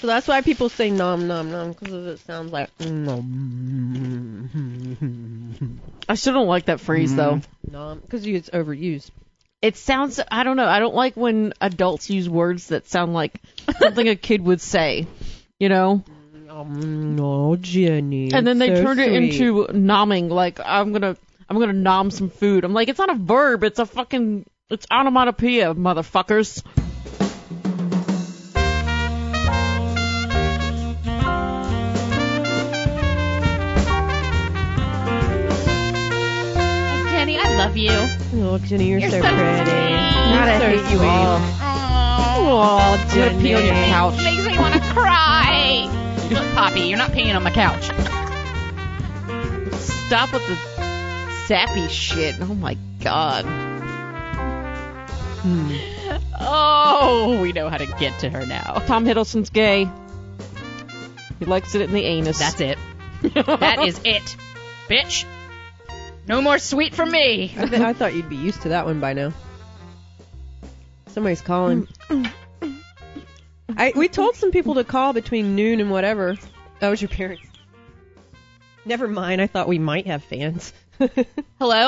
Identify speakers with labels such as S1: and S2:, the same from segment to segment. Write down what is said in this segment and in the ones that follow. S1: So that's why people say nom nom nom because it sounds like nom
S2: I still don't like that phrase though.
S3: Mm-hmm.
S1: nom because it's overused.
S2: It sounds I don't know. I don't like when adults use words that sound like something a kid would say. You know,
S1: Nom, no, Jenny.
S2: and then they
S1: so
S2: turned it
S1: sweet.
S2: into nomming. Like I'm gonna I'm gonna nom some food. I'm like it's not a verb. It's a fucking it's onomatopoeia, motherfuckers.
S3: Jenny, I love you.
S1: Oh, Jenny, you're,
S3: You're
S1: so,
S3: so
S1: pretty.
S3: sweet.
S1: Not
S2: So
S1: hate you
S2: sweet.
S1: all.
S2: Aw, I'm gonna pee on your
S1: Jenny.
S2: couch.
S3: Makes me want to cry. Look, Poppy, you're not peeing on my couch.
S2: Stop with the sappy shit. Oh my god.
S3: Oh, we know how to get to her now.
S2: Tom Hiddleston's gay. He likes it in the anus.
S3: That's it. That is it, bitch. No more sweet for me.
S1: I, th- I thought you'd be used to that one by now. Somebody's calling. I we told some people to call between noon and whatever. That was your parents. Never mind. I thought we might have fans.
S3: Hello?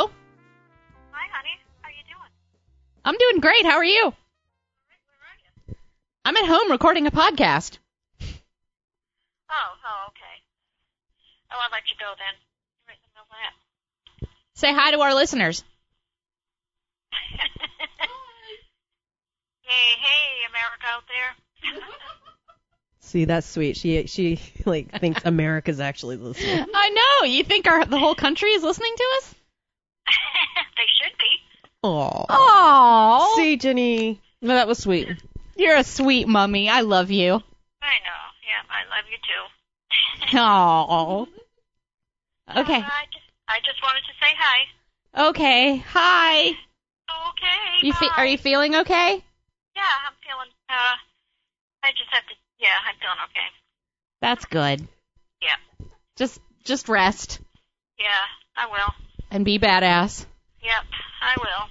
S4: Hi, honey. How you doing?
S3: I'm doing great. How are you?
S4: Where are you?
S3: I'm at home recording a podcast.
S4: Oh, oh, okay. Oh, I'll let you go then. You're right in the middle of that.
S3: Say hi to our listeners.
S4: hey, hey, America out there.
S1: See, that's sweet. She she like thinks America's actually listening.
S3: I know. You think our the whole country is listening to us?
S4: they should be.
S1: Aww.
S3: Oh,
S1: See, Jenny.
S2: No, that was sweet.
S3: you're a sweet mummy. I love you.
S4: I know. Yeah, I love you too.
S3: Oh. Okay.
S4: I just, I just wanted to say hi.
S3: Okay. Hi.
S4: Okay.
S3: You fe-
S4: bye.
S3: are you feeling okay?
S4: Yeah, I'm feeling. Uh, I just have to. Yeah, I'm feeling okay.
S3: That's good.
S4: Yeah.
S3: Just just rest
S4: Yeah, I will.
S3: and be badass.
S4: Yep, I will.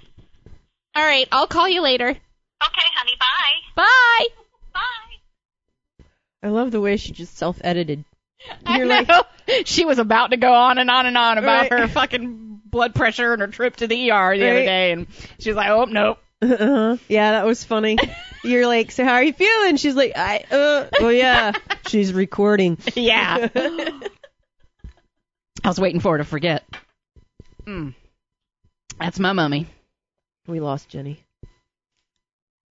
S3: All right. I'll call you later.
S4: Okay, honey. Bye.
S3: Bye.
S4: Bye.
S1: I love the way she just self-edited. You're
S3: I
S1: like-
S3: know. she was about to go on and on and on about
S1: Right.
S3: her fucking blood pressure and her trip to the ER the other
S1: Right.
S3: day, and she was like, "Oh nope."
S1: Uh-huh. Yeah, that was funny. You're like, so how are you feeling? She's like, I. Uh, oh yeah. She's recording.
S3: Yeah. I was waiting for her to forget. Mm. That's my mummy.
S1: We lost Jenny.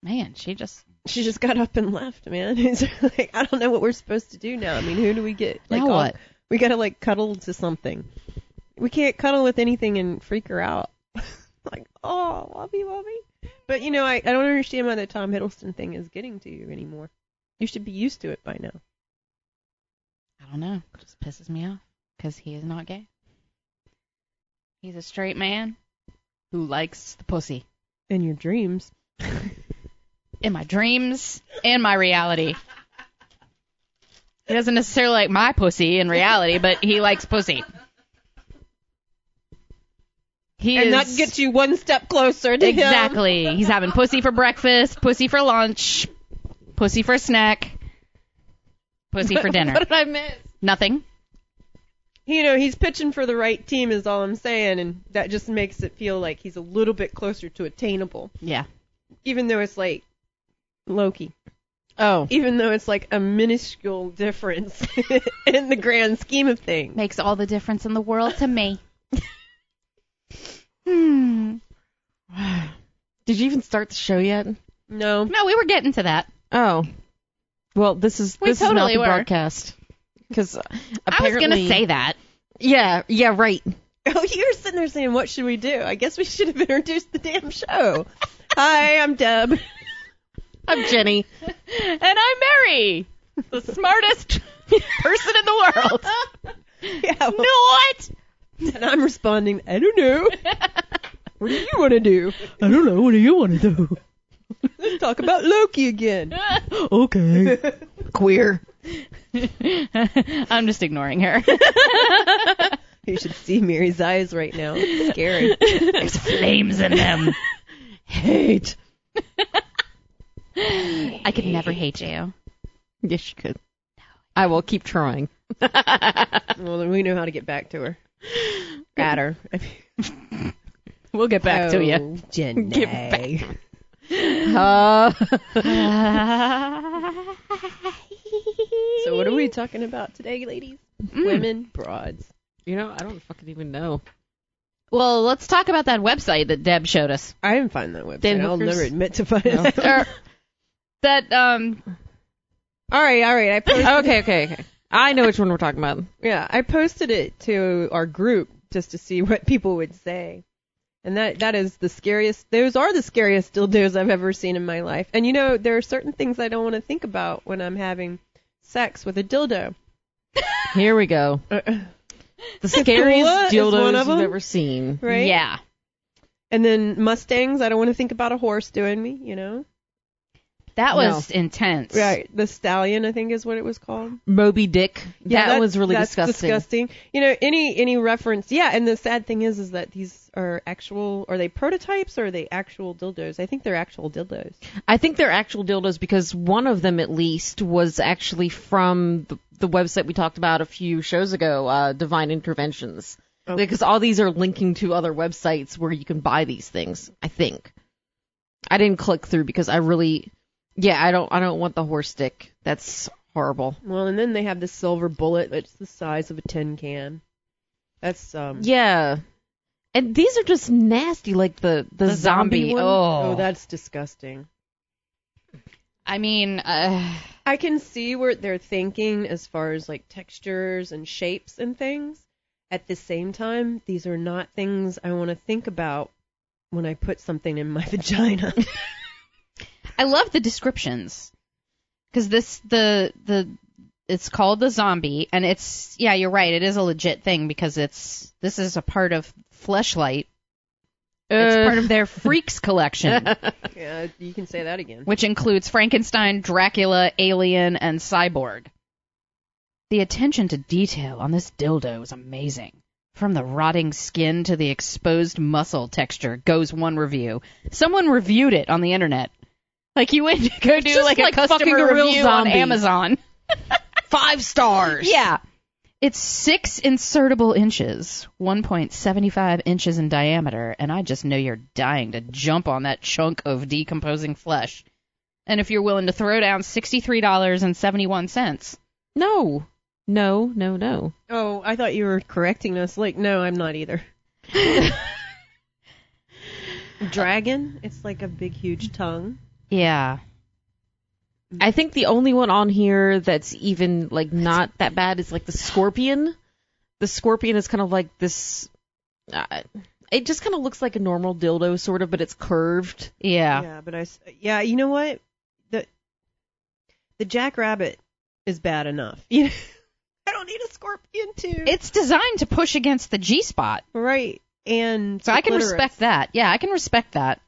S3: Man, she just.
S1: she just got up and left, man. It's like I don't know what we're supposed to do now. I mean, who do we get? Like,
S3: Now
S1: all-
S3: what?
S1: We gotta like cuddle to something. We can't cuddle with anything and freak her out. like, oh, lovey, lovey. But you know, I, I don't understand why the Tom Hiddleston thing is getting to you anymore. You should be used to it by now.
S3: I don't know. Just pisses me off because he is not gay. He's a straight man who likes the pussy
S1: In your dreams.
S3: in my dreams and my reality. He doesn't necessarily like my pussy in reality, but he likes pussy. He
S1: and
S3: is
S1: that gets you one step closer to him.
S3: Exactly. He's having pussy for breakfast, pussy for lunch, pussy for snack, pussy for dinner.
S2: What did I miss?
S3: Nothing.
S1: You know, he's pitching for the right team is all I'm saying, and that just makes it feel like he's a little bit closer to attainable.
S3: Yeah.
S1: even though it's like Loki,
S3: Oh.
S1: even though it's like a minuscule difference in the grand scheme of things.
S3: Makes all the difference in the world to me. hmm.
S2: Did you even start the show yet?
S1: No,
S3: No, we were getting to that.
S2: Oh. Well, this is
S3: We
S2: this
S3: totally
S2: is not
S3: were.
S2: the broadcast. Because
S3: I was gonna say that.
S2: Yeah, yeah, right.
S1: oh, you were sitting there saying, "What should we do?" I guess we should have introduced the damn show. Hi, I'm Deb.
S2: I'm Jenny.
S3: And I'm Mary, the smartest person in the world.
S1: Yeah, well,
S3: what?
S1: and I'm responding. I don't know. What do you want to do? I don't know. What do you want to do? Let's talk about Loki again.
S2: Okay. Queer.
S3: I'm just ignoring her.
S1: You should see Mary's eyes right now. It's scary.
S3: There's flames in them.
S2: Hate.
S3: I could never hate you.
S2: Yes, you could. I will keep trying. we'll
S1: Well, then we know how to get back to her. At her.
S2: get back to you.
S1: Oh, Jenny.
S2: Get back. Uh,
S1: So what are we talking about today, ladies? Women broads.
S2: you know, I don't fucking even know.
S3: Well, let's talk about that website that Deb showed us.
S1: I didn't find that website.
S3: Dead
S1: I'll
S3: hookers?
S1: never admit to finding
S2: No.
S1: that.
S3: Or- that um
S1: All right, all right. I posted,
S2: Okay, okay, okay. I know which one we're talking about.
S1: yeah, I posted it to our group just to see what people would say. And that that is the scariest. Those are the scariest dildos I've ever seen in my life. And you know, there are certain things I don't want to think about when I'm having sex with a dildo.
S2: Here we go.
S1: Uh, uh,
S2: The scariest
S1: What is
S2: dildos
S1: one of
S2: you've
S1: them?
S2: ever seen.
S1: right?
S3: yeah.
S1: And then mustangs. I don't want to think about a horse doing me. You know.
S3: That was intense.
S1: Right. The stallion, I think, is what it was called.
S2: Moby Dick.
S1: Yeah,
S2: that
S1: that's-
S2: was really
S1: that's
S2: disgusting.
S1: disgusting. You know, any any reference, yeah. And the sad thing is, is that these are actual. Are they prototypes or are they actual dildos? I think they're actual dildos.
S2: I think they're actual dildos because one of them, at least, was actually from the, the website we talked about a few shows ago, uh, Divine Interventions. Because all these are linking to other websites where you can buy these things. I think. I didn't click through because I really, yeah, I don't, I don't want the horse dick. That's horrible.
S1: Well, and then they have this silver bullet that's the size of a tin can. That's um.
S2: Yeah. And these are just nasty, like the the,
S3: The zombie,
S2: one.
S3: oh.
S1: Oh, that's disgusting.
S3: I mean, uh,
S1: I can see what they're thinking as far as like textures and shapes and things. At the same time, these are not things I want to think about when I put something in my vagina.
S3: I love the descriptions because this the the it's called the zombie and it's yeah you're right it is a legit thing because it's this is a part of Fleshlight it's
S2: Uh,
S3: part of their freaks collection
S1: yeah, you can say that again.
S3: which includes Frankenstein, Dracula, Alien, and Cyborg. The attention to detail on this dildo is amazing. From the rotting skin to the exposed muscle texture goes one review. Someone reviewed it on the internet. Like you went to go do
S2: just
S3: like,
S2: like
S3: a customer
S2: fucking a real
S3: review
S2: zombie.
S3: on Amazon.
S2: five stars.
S3: Yeah. It's six insertable inches, 1.75 inches in diameter, and I just know you're dying to jump on that chunk of decomposing flesh. And if you're willing to throw down $63.71.
S2: No. No. No. No.
S1: Oh, I thought you were correcting us. Like, no, I'm not either. Dragon? It's like a big, huge tongue.
S3: Yeah.
S2: I think the only one on here that's even like not that bad is like the scorpion. The scorpion is kind of like this. Uh, it just kind of looks like a normal dildo, sort of, but it's curved.
S3: Yeah.
S1: Yeah, but I. s- Yeah, you know what? The the jackrabbit is bad enough. You know, I don't need a scorpion too.
S3: It's designed to push against the G spot.
S1: right, and
S3: So I can
S1: the clitoris.
S3: respect that. Yeah, I can respect that.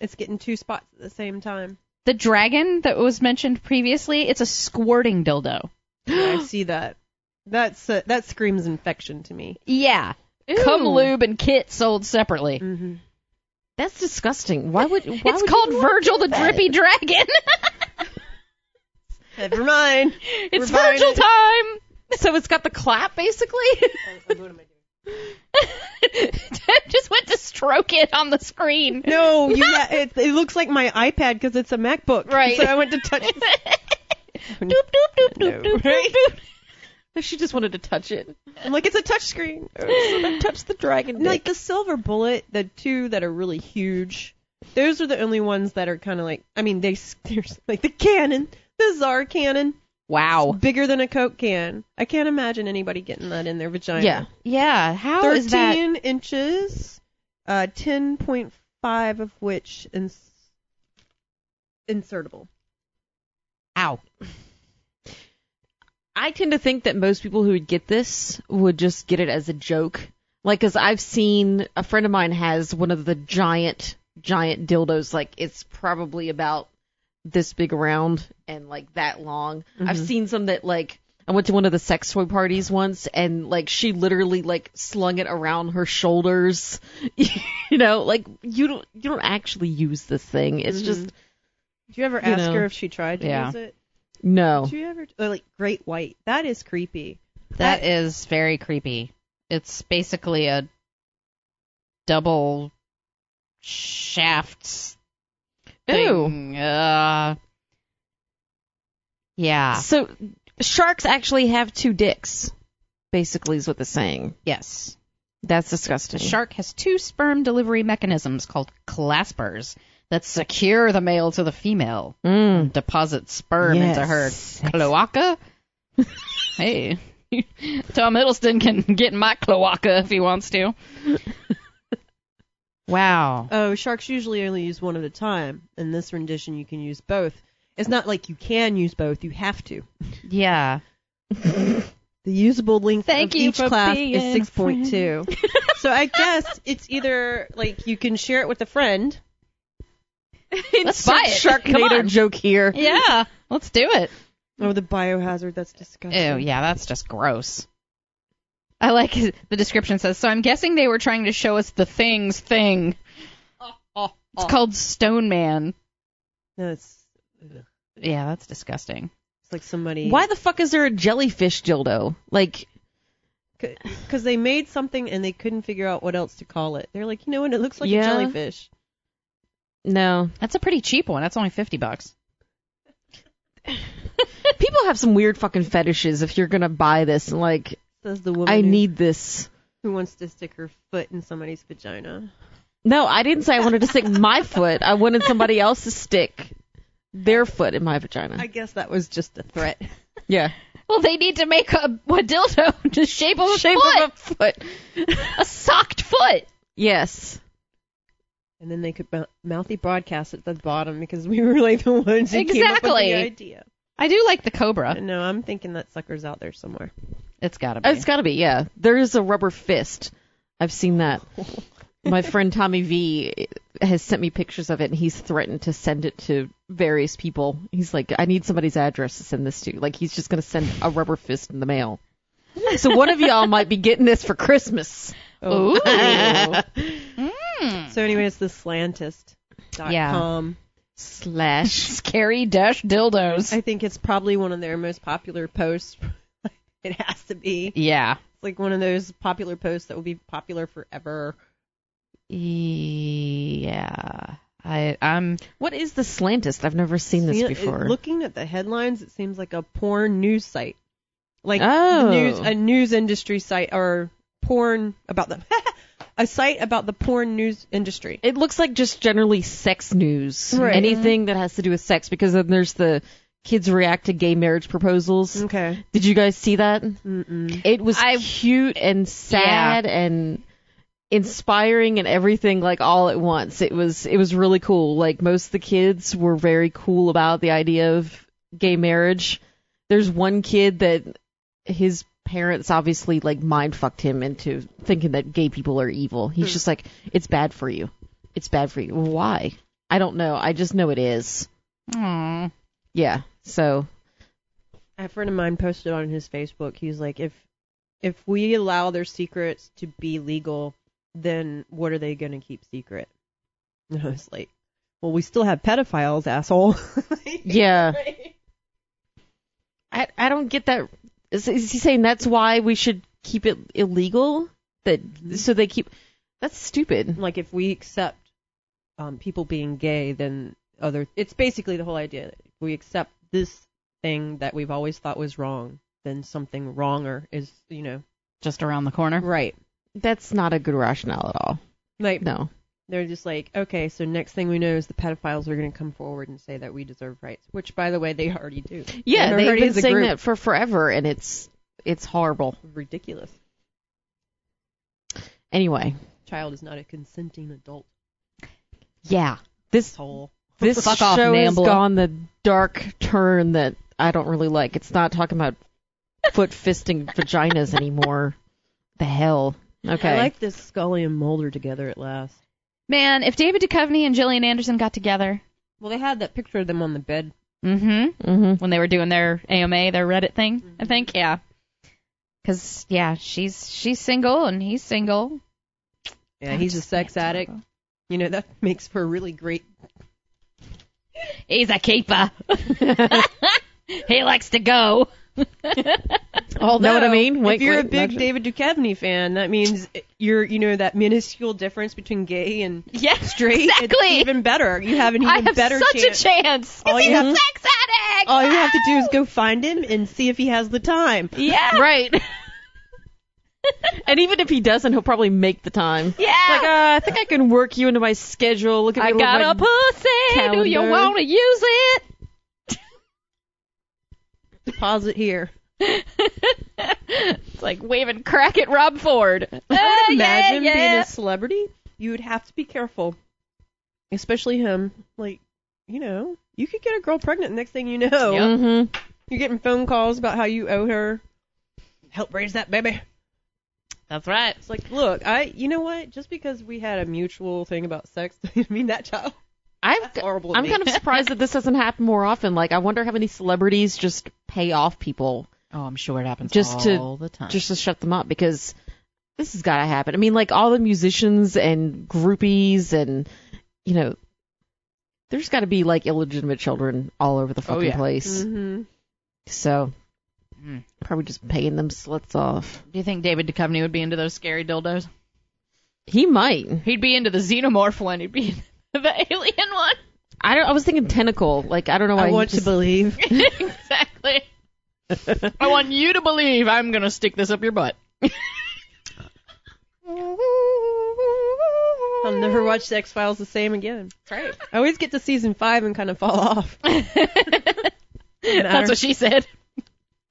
S1: It's getting two spots at the same time.
S3: The dragon that was mentioned previously, it's a squirting dildo.
S1: Yeah, I see that. That's uh, that screams infection to me.
S3: Yeah. Cum lube and kit sold separately.
S1: Mm-hmm.
S2: That's disgusting. Why would? Why
S3: it's
S2: would
S3: called
S2: you
S3: Virgil the Drippy Dragon.
S1: Never mind.
S3: it's
S1: We're buying
S3: Virgil
S1: it.
S3: time.
S2: So it's got the clap, basically.
S3: Deb just went to stroke it on the screen.
S1: No, you ha- it, it looks like my iPad because it's a MacBook.
S3: Right.
S1: So I went to touch.
S3: doop doop doop
S1: No.
S3: doop doop doop doop.
S2: she just wanted to touch it.
S1: I'm like, it's a touch screen.
S2: touch the dragon.
S1: And like the silver bullet, the two that are really huge. Those are the only ones that are kind of like. I mean, they s- there's like the cannon, the czar cannon,
S3: Wow.
S1: bigger than a Coke can. I can't imagine anybody getting that in their vagina.
S2: yeah.
S3: Yeah. How is that?
S1: Thirteen inches, uh, ten point five of which ins- insertable.
S3: Ow.
S2: I tend to think that most people who would get this would just get it as a joke. Like, cause I've seen a friend of mine has one of the giant, giant dildos. Like, it's probably about this big around and like that long. I've seen some that like I went to one of the sex toy parties once, and like she literally like slung it around her shoulders. you know, like you don't you don't actually use this thing. It's
S1: Mhm.
S2: just
S1: Did you ever
S2: You
S1: ask
S2: know.
S1: her if she tried to
S3: Yeah.
S1: use it?
S2: No.
S1: Did you ever? Oh, like great white. That is creepy.
S3: That is very creepy. It's basically a double shafts thing. Uh, yeah.
S2: So sharks actually have two dicks, basically, is what they're saying.
S3: Yes.
S2: That's
S3: The
S2: disgusting.
S3: shark has two sperm delivery mechanisms called claspers that secure the male to the female
S2: Mm.
S3: and deposit sperm into her
S2: Yes.
S3: cloaca. hey, Tom Hiddleston can get in my cloaca if he wants to. wow.
S1: Oh, sharks usually only use one at a time. In this rendition, you can use both. It's not like you can use both; you have to.
S3: Yeah.
S1: The usable length
S3: Thank
S1: of
S3: you
S1: each
S3: for
S1: class
S3: being
S1: is
S3: a
S1: 6.2. so I guess it's either like you can share it with a friend.
S3: Let's buy it. Come
S2: Sharknado
S3: on.
S2: joke here.
S3: Yeah. Let's do it.
S1: Oh, the biohazard. That's disgusting.
S3: Oh yeah, that's just gross. I like his- the description says. So I'm guessing they were trying to show us the things thing. It's called Stone Man.
S1: No, it's,
S3: Yeah, that's disgusting.
S1: it's like somebody.
S2: Why the fuck is there a jellyfish dildo? Like,
S1: Because they made something and they couldn't figure out what else to call it. They're like, you know what? It looks like
S2: Yeah.
S1: a jellyfish.
S2: no.
S3: That's a pretty cheap one. That's only fifty bucks.
S2: People have some weird fucking fetishes if you're gonna buy this and like,
S1: Says the woman
S2: I
S1: who,
S2: need this.
S1: who wants to stick her foot in somebody's vagina.
S2: No, I didn't say I wanted to stick my foot. I wanted somebody else to stick their foot in my vagina.
S1: I guess that was just a threat.
S2: yeah.
S3: Well, they need to make a, a dildo to shape of a
S2: Shape of
S3: foot,
S2: a Oh, foot.
S3: a socked foot.
S2: Yes.
S1: And then they could mou- mouthy broadcast at the bottom because we were like the ones who came up with
S3: Exactly. Uh.
S1: the idea.
S3: I do like the cobra.
S1: No, I'm thinking that sucker's out there somewhere.
S3: It's gotta be.
S2: It's got to be, yeah. There is a rubber fist. I've seen that. My friend Tommy V has sent me pictures of it, and he's threatened to send it to various people. He's like, I need somebody's address to send this to. Like, he's just going to send a rubber fist in the mail. So one of y'all might be getting this for Christmas.
S3: Ooh.
S1: So anyway, it's the slantist. Dot
S3: Yeah.
S1: com.
S2: Slash.
S3: Scary dash dildos.
S1: I think it's probably one of their most popular posts. it has to be. It's
S3: yeah.
S1: like one of those popular posts that will be popular forever.
S3: Yeah. I I'm
S2: What is the slantest? I've never seen this
S1: You know, it-
S2: before.
S1: looking at the headlines, it seems like a porn news site. Like the
S2: Oh.
S1: news, a news industry site or porn about the a site about the porn news industry.
S2: it looks like just generally sex news.
S1: Right.
S2: Anything that has to do with sex, because then there's the kids react to gay marriage proposals.
S1: Okay.
S2: Did you guys see that?
S1: Mm-mm.
S2: It was
S3: I-
S2: cute and sad and inspiring and everything like all at once. It was it was really cool. Like most of the kids were very cool about the idea of gay marriage. There's one kid that his parents obviously like mind fucked him into thinking that gay people are evil. He's just like it's bad for you. It's bad for you. Why? I don't know. I just know it is.
S3: Aw.
S2: Yeah. So
S1: A friend of mine posted on his Facebook. He's like, if if we allow their secrets to be legal, then what are they going to keep secret? And I was like, well, we still have pedophiles, asshole.
S2: yeah. I I don't get that. Is, is he saying that's why we should keep it illegal? That so they keep. That's stupid.
S1: like if we accept um, people being gay, then other. It's basically the whole idea. that If we accept this thing that we've always thought was wrong, then something wronger is, you know,
S3: just around the corner.
S1: right.
S2: That's not a good rationale at all.
S1: Like
S2: No.
S1: they're just like, okay, so next thing we know is the pedophiles are going to come forward and say that we deserve rights, which, by the way, they already do.
S2: Yeah,
S1: They're
S2: they've
S1: already
S2: been
S1: as a
S2: saying
S1: group.
S2: that for forever, and it's it's horrible.
S1: Ridiculous.
S2: Anyway,
S1: Child is not a consenting adult.
S3: Yeah.
S2: this
S1: Soul.
S2: this
S3: Fuck
S2: show
S3: off,
S2: has
S3: Nambla.
S2: gone the dark turn that I don't really like. It's not talking about foot fisting vaginas anymore. The hell. Okay.
S1: I like this Scully and Mulder together at last.
S3: Man, if David Duchovny and Gillian Anderson got together,
S1: Well, they had that picture of them on the bed.
S3: mm-hmm,
S2: hmm
S3: when they were doing their AMA, their Reddit thing, I think, yeah. Cause yeah, she's she's single and he's single.
S1: Yeah, he's a sex addict. You know, that makes for a really great
S3: He's a keeper. He likes to go.
S1: Although,
S2: Know what I mean? Wink,
S1: if you're a
S2: wink,
S1: big
S2: nudge.
S1: David Duchovny fan, that means you're, you know, that minuscule difference between gay and
S3: Yeah,
S1: straight. it's
S3: exactly.
S1: even better. You have an even
S3: I have
S1: better
S3: such
S1: chance.
S3: a chance.
S1: All
S3: He's
S1: you
S3: a
S1: have-
S3: sex addict.
S1: All you have to do is go find him and see if he has the time.
S3: Yeah.
S2: Right. and even if he doesn't, he'll probably make the time.
S3: Yeah.
S2: Like, uh, I think I can work you into my schedule. Look at
S3: I
S2: my
S3: got
S2: little,
S3: a
S2: like,
S3: pussy. Do you
S2: calendar.
S3: want to use it?
S1: Pause it here.
S3: It's like waving crack at Rob Ford.
S1: I
S3: Ah,
S1: would imagine
S3: yeah,
S1: being
S3: yeah.
S1: a celebrity, you would have to be careful, especially him. Like, you know, you could get a girl pregnant. The next thing you know,
S2: Mhm.
S1: you're getting phone calls about how you owe her help raise that baby.
S3: That's right.
S1: It's like, look, I, you know what? Just because we had a mutual thing about sex, I mean that child.
S2: I've,
S1: That's horrible. to
S2: I'm
S1: me.
S2: kind of surprised that this doesn't happen more often. Like, I wonder how many celebrities just pay off people
S3: Oh, I'm sure it happens
S2: Just to-
S3: all the time.
S2: just to shut them up because this has got to happen. I mean, like all the musicians and groupies and you know, there's got to be like illegitimate children all over the
S3: Oh,
S2: fucking
S3: yeah.
S2: place.
S1: Mhm.
S2: So
S3: Mm.
S2: probably just paying them sluts off.
S3: do you think David Duchovny would be into those scary dildos?
S2: He might.
S3: He'd be into the xenomorph one. He'd be into the alien one.
S2: I don't. I was thinking tentacle. Like I don't know why.
S1: I
S2: he
S1: want
S2: just-
S1: to believe.
S3: exactly. I want you to believe I'm gonna stick this up your butt.
S1: I'll never watch the X Files the same again.
S3: That's
S1: I always get to season five and kind of fall off.
S3: right. That's what she said.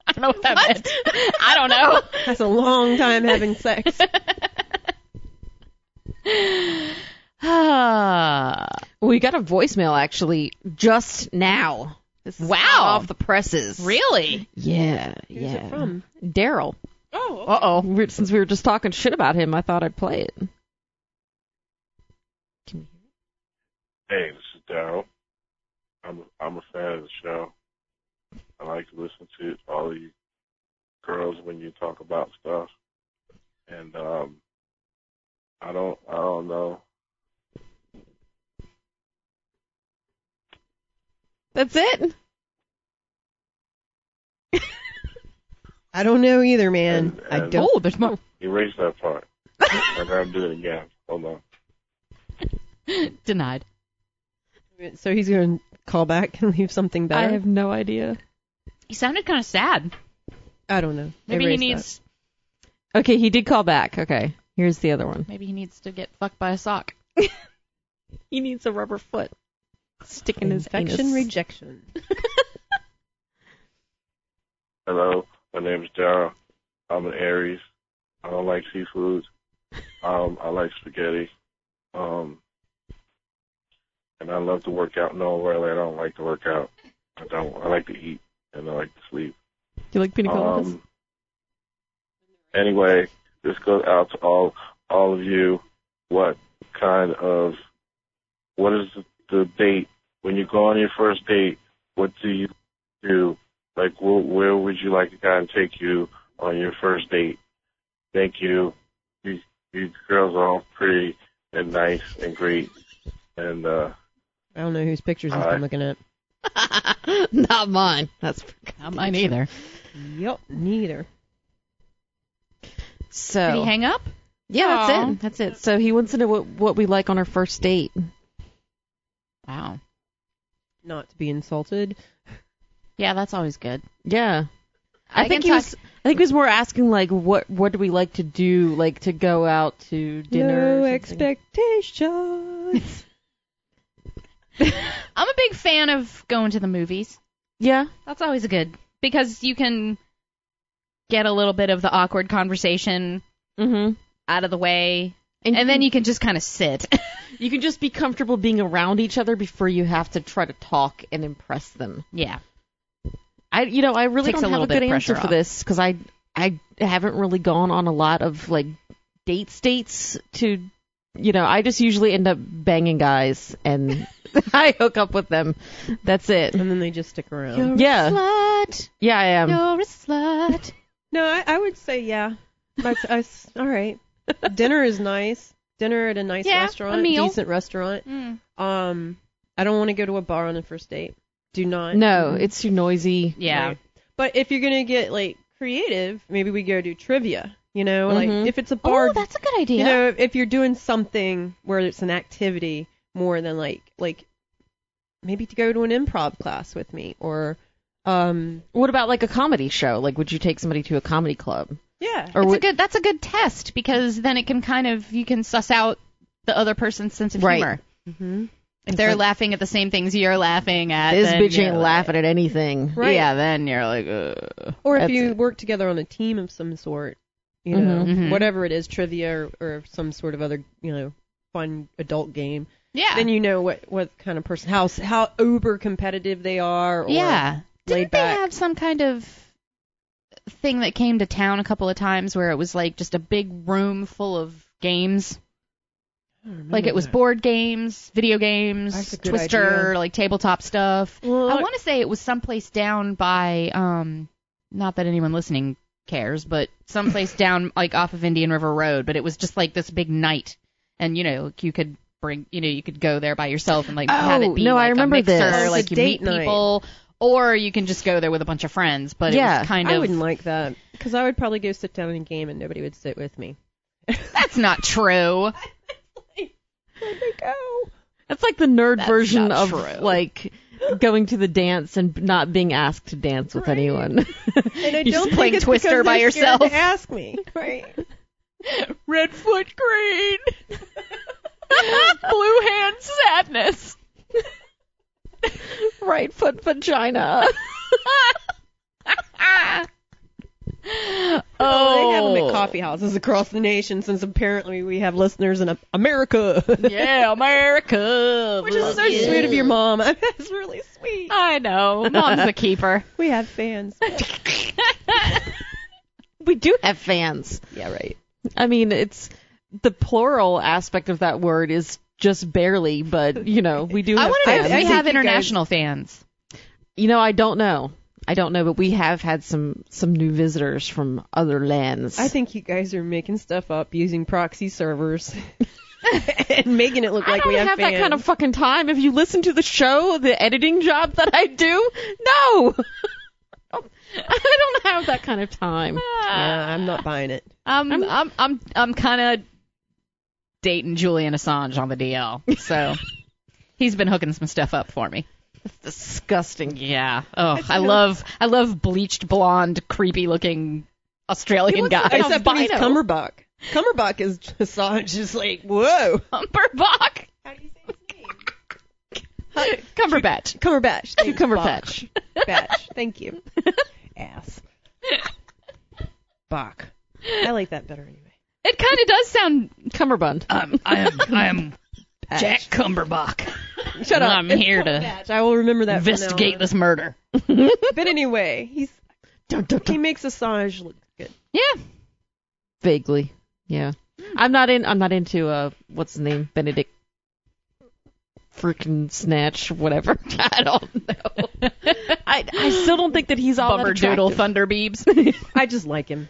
S3: I don't know what that meant. I don't know.
S1: That's a long time having sex.
S3: Uh,
S2: We got a voicemail actually just now. This is
S3: Wow.
S2: hot off the presses.
S3: really?
S2: Yeah.
S1: Who's
S2: yeah.
S1: it from?
S2: Daryl.
S1: Oh,
S2: Uh oh. Since we were just talking shit about him, I thought I'd play it. Can
S5: Hey, this is Daryl. I'm a, I'm a fan of the show. I like to listen to all you girls when you talk about stuff, and um, I don't I don't know.
S2: That's it.
S1: I don't know either, man.
S5: And- uh,
S1: I
S5: and-
S1: don't.
S3: Oh, there's more.
S5: Erase that part. I gotta do it again. Hold on.
S3: Denied.
S1: So he's going to call back and leave something better.
S2: Oh. I have no idea.
S3: He sounded kind of sad.
S1: I don't know.
S3: Maybe
S1: Erase
S3: he needs.
S2: Okay, he did call back. Okay, here's the other one.
S3: Maybe he needs to get fucked by a sock.
S2: He needs a rubber foot
S1: that.
S2: sticking
S1: infection rejection.
S5: Hello, my name is Daryl. I'm an Aries. I don't like seafood. Um, I like spaghetti. Um, and I love to work out. No, really, I don't like to work out. I don't. I like to eat and I like to sleep.
S2: Do you like pina coladas?
S5: Um, anyway, this goes out to all all of you. What kind of what is the, the date when you go on your first date? What do you do? Like, where, where would you like a guy to take you on your first date? Thank you. You, you girls are all pretty and nice and great. And uh,
S1: I don't know whose pictures he's
S5: Hi.
S1: been looking at.
S2: Not mine. That's
S3: Not mine either.
S1: Yep, neither.
S3: Did he
S2: so.
S3: hang up?
S2: Yeah, that's
S3: Aw.
S2: it. That's it. So he wants to know what what we like on our first date.
S3: Wow.
S1: Not to be insulted.
S3: Yeah, that's always good.
S2: Yeah. I,
S3: I
S2: think
S3: can
S2: he was. I think he was more asking like, what what do we like to do? Like to go out to dinner.
S1: no
S2: or something.
S1: expectations.
S3: I'm a big fan of going to the movies.
S2: Yeah.
S3: That's always good because you can get a little bit of the awkward conversation
S2: Mm-hmm.
S3: out of the way,
S2: And,
S3: and then you can just kind of sit.
S2: you can just be comfortable being around each other before you have to try to talk and impress them.
S3: yeah.
S2: I you know I really
S3: Takes
S2: don't
S3: a
S2: have
S3: little
S2: a
S3: bit
S2: good
S3: of
S2: answer
S3: pressure
S2: for
S3: off.
S2: this because I I haven't really gone on a lot of like dates dates to you know I just usually end up banging guys and I hook up with them. That's it.
S1: and then they just stick around.
S2: Yeah. Um,
S3: Slut.
S2: Yeah, I am.
S3: You're a slut.
S1: No, I, I would say yeah. That's I s all right. Dinner is nice. Dinner at a nice
S3: Yeah, a
S1: restaurant,
S3: meal.
S1: decent restaurant.
S3: Mm.
S1: Um, I don't want to go to a bar on a first date. do not.
S2: No, it's too noisy.
S3: Yeah.
S1: Right. But if you're gonna get like creative, maybe we go do trivia. You know,
S2: Mhm.
S1: like if it's a bar,
S3: oh, that's a good idea.
S1: you know, if- if you're doing something where it's an activity more than like like maybe to go to an improv class with me or um
S2: What about like a comedy show? Like, would you take somebody to a comedy club?
S1: yeah
S2: Or
S3: It's a
S2: would,
S3: good. That's a good test because then it can kind of you can suss out the other person's sense of
S2: Right.
S3: humor. Mm-hmm.
S2: Mhm.
S3: If they're laughing at the same things you're laughing at,
S2: this
S3: then
S2: bitch
S3: you're
S2: ain't
S3: like-
S2: laughing at anything.
S1: Right.
S3: Yeah, then you're like, uh,
S1: or if
S2: That's
S1: you
S2: it.
S1: work together on a team of some sort, you know,
S3: Mhm. Mhm.
S1: whatever it is, trivia or, or some sort of other, you know, fun adult game.
S3: yeah,
S1: Then you know what what kind of person how how uber competitive they are or
S3: yeah.
S1: laid
S3: Didn't
S1: back.
S3: they have some kind of thing that came to town a couple of times where it was like just a big room full of games?
S1: I don't
S3: Like it was
S1: remember.
S3: board games, video
S1: That's
S3: games,
S1: a good
S3: Twister,
S1: idea.
S3: like tabletop stuff.
S1: Well,
S3: I want to say it was someplace down by um not that anyone listening cares, but someplace down like off of Indian River Road, but it was just like this big night and you know, you could bring you know, you could go there by yourself and like have
S2: Oh,
S3: it be
S2: no,
S3: like
S2: I remember
S3: a mixer,
S2: this.
S1: Oh, it's
S3: like
S1: a
S3: you
S1: date
S3: meet
S1: night.
S3: people or you can just go there with a bunch of friends, but it
S2: Yeah,
S3: was kind
S1: I
S3: of
S1: wouldn't like that because I would probably go sit down in a game and nobody would sit with me.
S3: that's not true.
S1: Where'd they go?
S2: That's like the nerd
S3: That's
S2: version
S3: not
S2: of
S3: true.
S2: like going to the dance and not being asked to dance with
S1: Right.
S2: anyone.
S1: And I
S2: You're
S1: don't
S2: just
S1: think
S3: playing
S1: it's
S3: Twister
S1: because
S3: by
S1: they're scared
S3: yourself.
S1: To ask me, right?
S3: Red foot green. Blue hand sadness.
S2: right foot vagina.
S3: Oh,
S1: Well, they have them at coffee houses across the nation since apparently we have listeners in uh, America.
S3: Yeah, America.
S1: Which is so
S2: Yeah.
S1: sweet Oh. of your mom. That's really sweet.
S3: I know. Mom's the keeper.
S1: We have fans.
S2: we do have fans.
S1: yeah, right.
S2: I mean, it's the plural aspect of that word is just barely, but you know, we do.
S3: I
S2: have
S3: want to know
S2: fans.
S3: if we have
S1: you guys-
S3: international fans.
S2: You know, I don't know. I don't know, but we have had some some new visitors from other lands.
S1: I think you guys are making stuff up using proxy servers and making it look
S2: I
S1: like
S2: don't
S1: we have,
S2: have
S1: fans.
S2: that kind of fucking time. If you listen to the show, the editing job that I do, no, I don't have that kind of time.
S1: Yeah, I'm not buying it.
S3: Um, I'm I'm I'm, I'm kind of dating Julian Assange on the DL, so he's been hooking some stuff up for me.
S2: Disgusting.
S3: Yeah. Oh, I,
S1: feel-
S3: love I love bleached blonde, creepy looking Australian guys.
S1: Except when he's
S2: albino.
S1: Cumberbuck. Cumberbuck is Assange just like, whoa.
S3: Cumberbatch.
S1: How do you say his name?
S3: Cumberbatch.
S1: Cumberbatch. Thank you.
S2: Cumberbatch.
S1: Bach. Batch. Thank you. Ass. Bach. I like that better anyway.
S3: It kind of does sound.
S2: Cummerbund.
S3: Um, I am I am Jack Cumberbach.
S1: Shut up.
S3: I'm here to
S1: Batch. I will remember that. from now
S3: investigate
S1: on.
S3: this murder.
S1: But anyway, he's he makes Assange look good.
S3: Yeah.
S2: Vaguely. Yeah.
S6: Hmm.
S2: I'm not in I'm not into uh what's the name? Benedict freaking snatch whatever. I don't know. I I still don't think that he's all that
S3: Bummer doodle
S2: attractive.
S3: thunderbeebs.
S1: I just like him.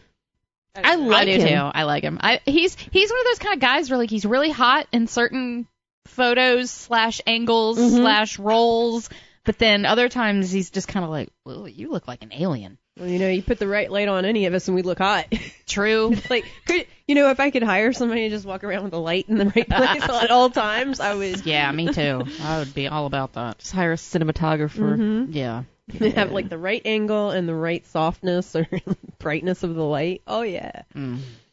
S2: I like
S3: I do
S2: him.
S3: too. I like him. I he's he's one of those kind of guys where like he's really hot in certain photos slash angles slash roles, but then other times he's just kind of like, well, you look like an alien.
S1: Well, you know, you put the right light on any of us and we look hot.
S3: True.
S1: like, could you know, if I could hire somebody to just walk around with a light in the right place at all times, I would
S3: yeah, me too. I would be all about that. Mm-hmm.
S2: Just hire a cinematographer.
S3: Yeah.
S1: have like the right angle and the right softness or brightness of the light. Oh yeah.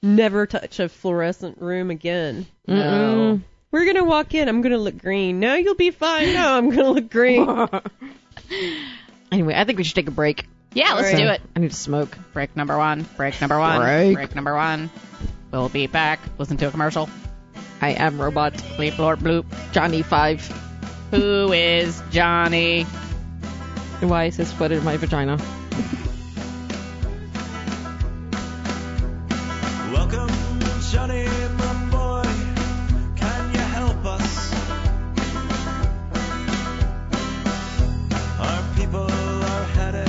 S1: Never touch a fluorescent room again.
S3: Mm.
S2: No.
S1: We're gonna walk in. I'm gonna look green. No, you'll be fine. No, I'm gonna look green.
S2: Anyway, I think we should take a break.
S3: Yeah, let's
S2: So,
S3: do it.
S2: I need to smoke.
S3: Break number one. Break number one.
S2: Break.
S3: number one. We'll be back. Listen to a commercial.
S2: I am robot.
S3: Bleep, blorp, bloop.
S2: Johnny Five.
S3: Who is Johnny?
S2: Why is this foot in my vagina?
S7: Welcome, Johnny, my boy. Can you help us? Our people are headed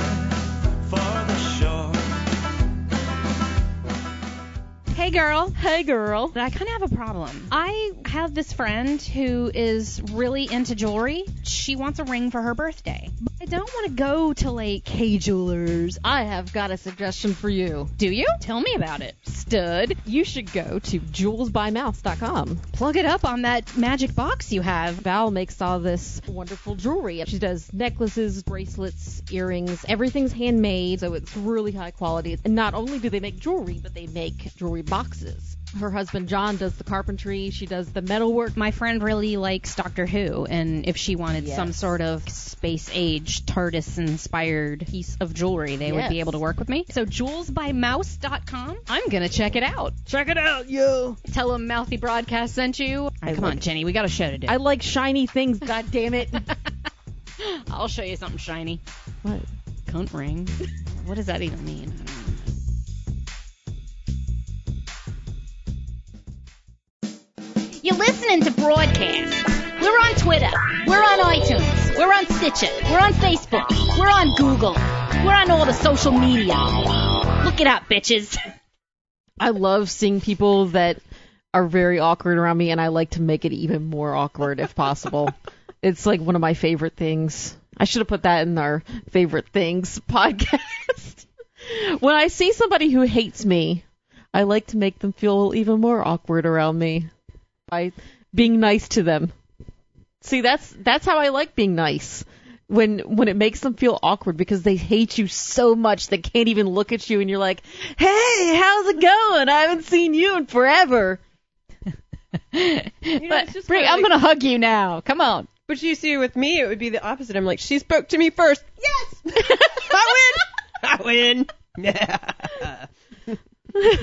S7: for the shore.
S6: Hey girl,
S2: Hey girl.
S6: I kind of have a problem. I have this friend who is really into jewelry. She wants a ring for her birthday. I don't want to go to like Hey Jewelers, I have got a suggestion for you.
S3: Do you? Tell me about it. Stud.
S2: You should go to jewelsbymouth.com.
S6: Plug it up on that magic box you have.
S2: Val makes all this wonderful jewelry. She does necklaces, bracelets, earrings. Everything's handmade, so it's really high quality. And not only do they make jewelry, but they make jewelry boxes. Her husband John does the carpentry. She does the metalwork.
S6: My friend really likes Doctor Who, and if she wanted
S2: Yes.
S6: some sort of space age TARDIS inspired piece of jewelry, they would be
S2: Yes.
S6: able to work with me. So jewelsbymouse.com.
S3: I'm going to check it out.
S2: Check it out, yo!
S6: Tell them Mouthy Broadcast sent you.
S3: Come on, Jenny. We got a show to do.
S2: I like shiny things. God damn it!
S3: I'll show you something shiny.
S2: What?
S3: Cunt ring. what does that even mean? I don't know.
S8: You're listening to Broadcast. We're on Twitter. We're on iTunes. We're on Stitcher. We're on Facebook. We're on Google. We're on all the social media. Look it up, bitches.
S2: I love seeing people that are very awkward around me, and I like to make it even more awkward if possible. it's like one of my favorite things. I should have put that in our favorite things podcast. when I see somebody who hates me, I like to make them feel even more awkward around me by being nice to them. See, that's that's how I like being nice. When when it makes them feel awkward because they hate you so much they can't even look at you and you're like, "Hey, how's it going? I haven't seen you in forever."
S1: You know, it's just
S3: Brie,
S1: kinda
S3: I'm
S1: like-
S3: going to hug you now. Come on.
S1: But you see, with me, it would be the opposite. I'm like, she spoke to me first. Yes, I win. I win. Yeah.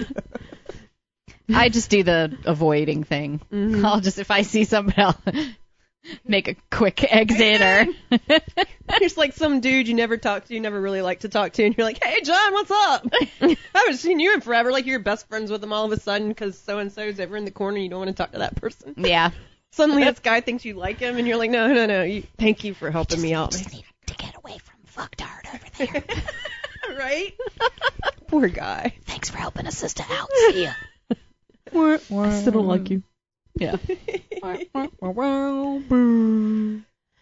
S3: I just do the avoiding thing. I'll just if I see somebody, I'll make a quick exit or
S1: There's like some dude you never talk to, you never really like to talk to, and you're like, hey, John, what's up? I haven't seen you in forever. Like you're best friends with them all of a sudden because so and so's over in the corner. You don't want to talk to that person.
S3: yeah.
S1: Suddenly, this guy thinks you like him, and you're like, no, no, no. You, thank you for helping me out.
S8: To get away from fucked hard over there.
S1: right? Poor guy.
S8: Thanks for helping a sister out. See ya.
S2: I still don't like you.
S3: Yeah.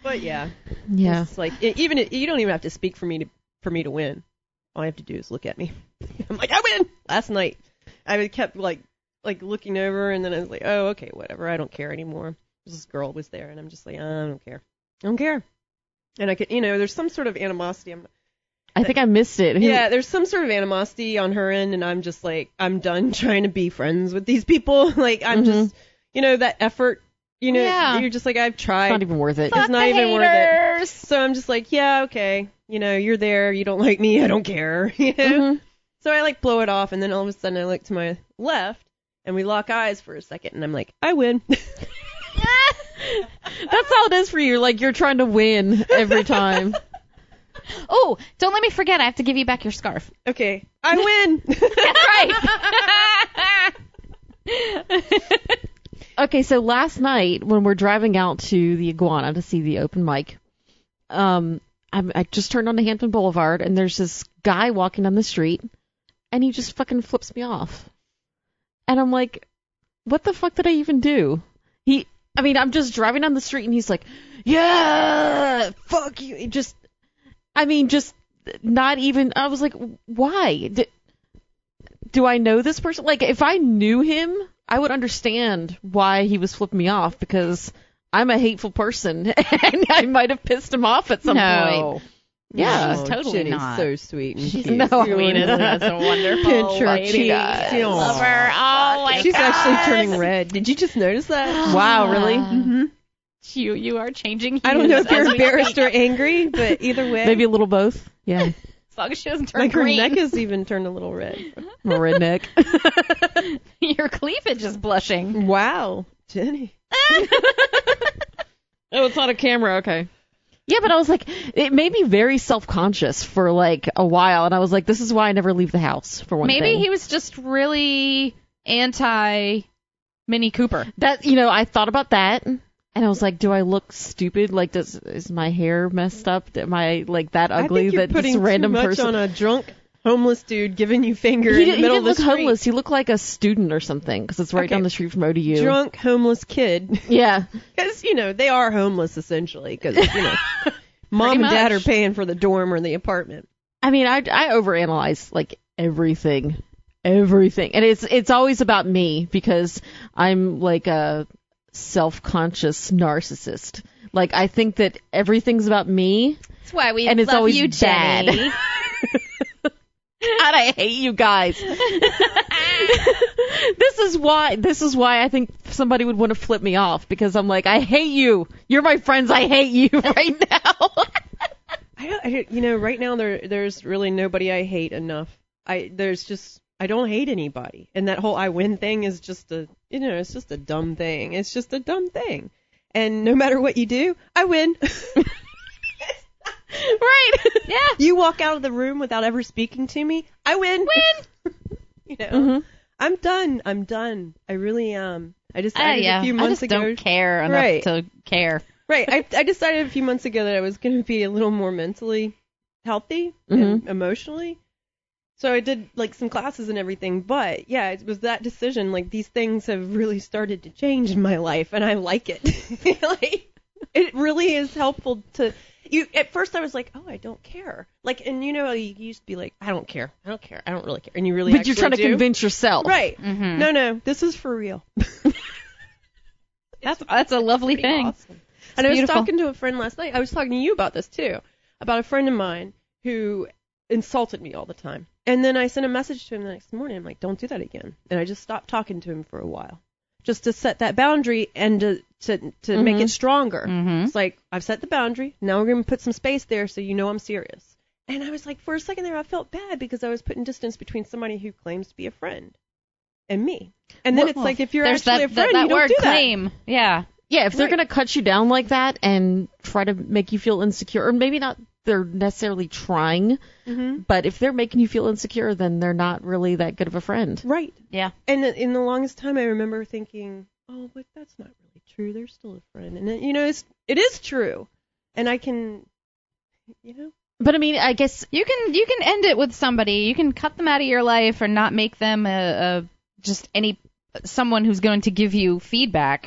S1: But yeah,
S2: Yeah.
S1: it's like e- even if- you don't even have to speak for me to for me to win. All you have to do is look at me. I'm like, I win. Last night, I would kept like like looking over, and then I was like, oh, okay, whatever. I don't care anymore. This girl was there, and I'm just like, I don't care. I don't care. And I could, you know, there's some sort of animosity. I'm,
S2: I think I missed it. Who-
S1: yeah, there's some sort of animosity on her end, and I'm just like, I'm done trying to be friends with these people. like, I'm just, you know, that effort. You know,
S3: Yeah.
S1: you're just like, I've
S2: It's
S1: tried.
S2: not even worth it.
S1: it's not even worth it. So I'm just like, yeah, okay. You know, you're there. You don't like me. I don't care. You know?
S2: Mhm.
S1: So I like blow it off, and then all of a sudden I look to my left, and we lock eyes for a second, and I'm like, I win.
S2: That's all it is for you. Like you're trying to win every time.
S6: Oh, don't let me forget. I have to give you back your scarf.
S1: okay, I win.
S2: Okay, so last night when we're driving out to the iguana to see the open mic, um, I, I just turned onto Hampton Boulevard and there's this guy walking down the street, and he just fucking flips me off, and I'm like, what the fuck did I even do? He, I mean, I'm just driving down the street and he's like, yeah, fuck you, He just, I mean, just not even. I was like, why? D- do I know this person? Like, if I knew him, I would understand why he was flipping me off because I'm a hateful person and I might have pissed him off at some
S3: No.
S2: point. Yeah.
S3: She's totally
S1: Oh, Jenny's
S3: not.
S1: so sweet. And
S2: She's
S1: cute.
S2: no, I mean it.
S1: That's a
S3: Oh,
S1: wonderful Pinch her cheek. Aw. She's actually turning red. Did you just notice that?
S2: Wow, really?
S1: Mm-hmm.
S3: You you are changing.
S1: I don't know if you're embarrassed or angry, but either way,
S2: Maybe a little both. Yeah,
S3: As long as she doesn't turn
S1: like her
S3: green,
S1: neck is even turned a little red.
S2: I'm a redneck.
S3: your cleavage is blushing.
S1: Wow, Jenny.
S2: Oh, it's not a camera. Okay. Yeah, but I was like, it made me very self-conscious for like a while, and I was like, this is why I never leave the house for one
S3: Maybe
S2: thing.
S3: he was just really anti Mini Cooper.
S2: that you know, I thought about that, and I was like, do I look stupid? Like, does is my hair messed up? Am I like that
S1: I
S2: ugly
S1: think you're
S2: that
S1: putting
S2: this random
S1: too much
S2: person?
S1: on a drunk homeless dude giving you finger
S2: he,
S1: in
S2: did,
S1: the middle
S2: not
S1: of
S2: look
S1: the street.
S2: homeless. He looked like a student or something because it's right
S1: Okay.
S2: down the street from ODU.
S1: Drunk homeless kid,
S2: Yeah.
S1: because you know they are homeless essentially, because you know Mom
S3: Pretty
S1: and dad are
S3: much.
S1: paying for the dorm or the apartment.
S2: I mean, I I overanalyze like everything, everything, and it's it's always about me because I'm like a self-conscious narcissist. Like I think that everything's about me,
S6: That's why we
S2: and it's
S6: love
S2: always
S6: you,
S2: bad.
S6: Jenny.
S2: God, I hate you guys. this is why this is why I think somebody would want to flip me off because I'm like, I hate you. You're my friends. I hate you right now.
S1: I don't, I don't- you know, right now there there's really nobody I hate enough. I there's just I don't hate anybody, and that whole I win thing is just a you know it's just a dumb thing. It's just a dumb thing, and no matter what you do, I win.
S2: right. Yeah.
S1: you walk out of the room without ever speaking to me, I win. Win. you know,
S3: Mm-hmm.
S2: Mhm.
S1: I'm done. I'm done. I really am. I
S3: Ah,
S1: decided
S3: yeah.
S1: a few
S3: I
S1: months
S3: just
S1: ago.
S3: don't care enough
S1: Right.
S3: to care.
S1: right. I, I decided a few months ago that I was going to be a little more mentally healthy
S2: Mm-hmm.
S1: and emotionally. So I did like some classes and everything, but yeah, it was that decision. Like these things have really started to change in my life, and I like it. like it really is helpful to you. At first, I was like, oh, I don't care. Like, and you know, you used to be like, I don't care, I don't care, I don't really care, and you really.
S2: But you're
S1: actually
S2: trying to
S1: do.
S2: convince yourself. Mm-hmm.
S1: Right.
S3: Mhm.
S1: No, no, this is for real.
S3: That's that's a lovely
S1: pretty
S3: thing.
S1: awesome. And I was
S3: beautiful.
S1: talking to a friend last night. I was talking to you about this too, about a friend of mine who insulted me all the time. And then I sent a message to him the next morning. I'm like, don't do that again. And I just stopped talking to him for a while, just to set that boundary and to to, to
S3: Mm-hmm.
S1: make it stronger.
S3: Mhm.
S1: It's like I've set the boundary. Now we're gonna put some space there so you know I'm serious. And I was like, for a second there, I felt bad because I was putting distance between somebody who claims to be a friend and me. And then it's like if you're
S3: There's
S1: actually
S3: that,
S1: a friend,
S3: that, that
S1: you don't
S3: word
S1: do that.
S3: claim. Yeah.
S2: Yeah, if they're
S1: Right.
S2: going to cut you down like that and try to make you feel insecure, or maybe not they're necessarily trying,
S1: Mm-hmm.
S2: but if they're making you feel insecure, then they're not really that good of a friend.
S1: Right.
S3: Yeah.
S1: And th- in the longest time, I remember thinking, "Oh, but that's not really true. They're still a friend." And then, you know, it's it is true, and I can, you know,
S2: But I mean, I guess
S3: You can you can end it with somebody. You can cut them out of your life or not make them a, a just any someone who's going to give you feedback.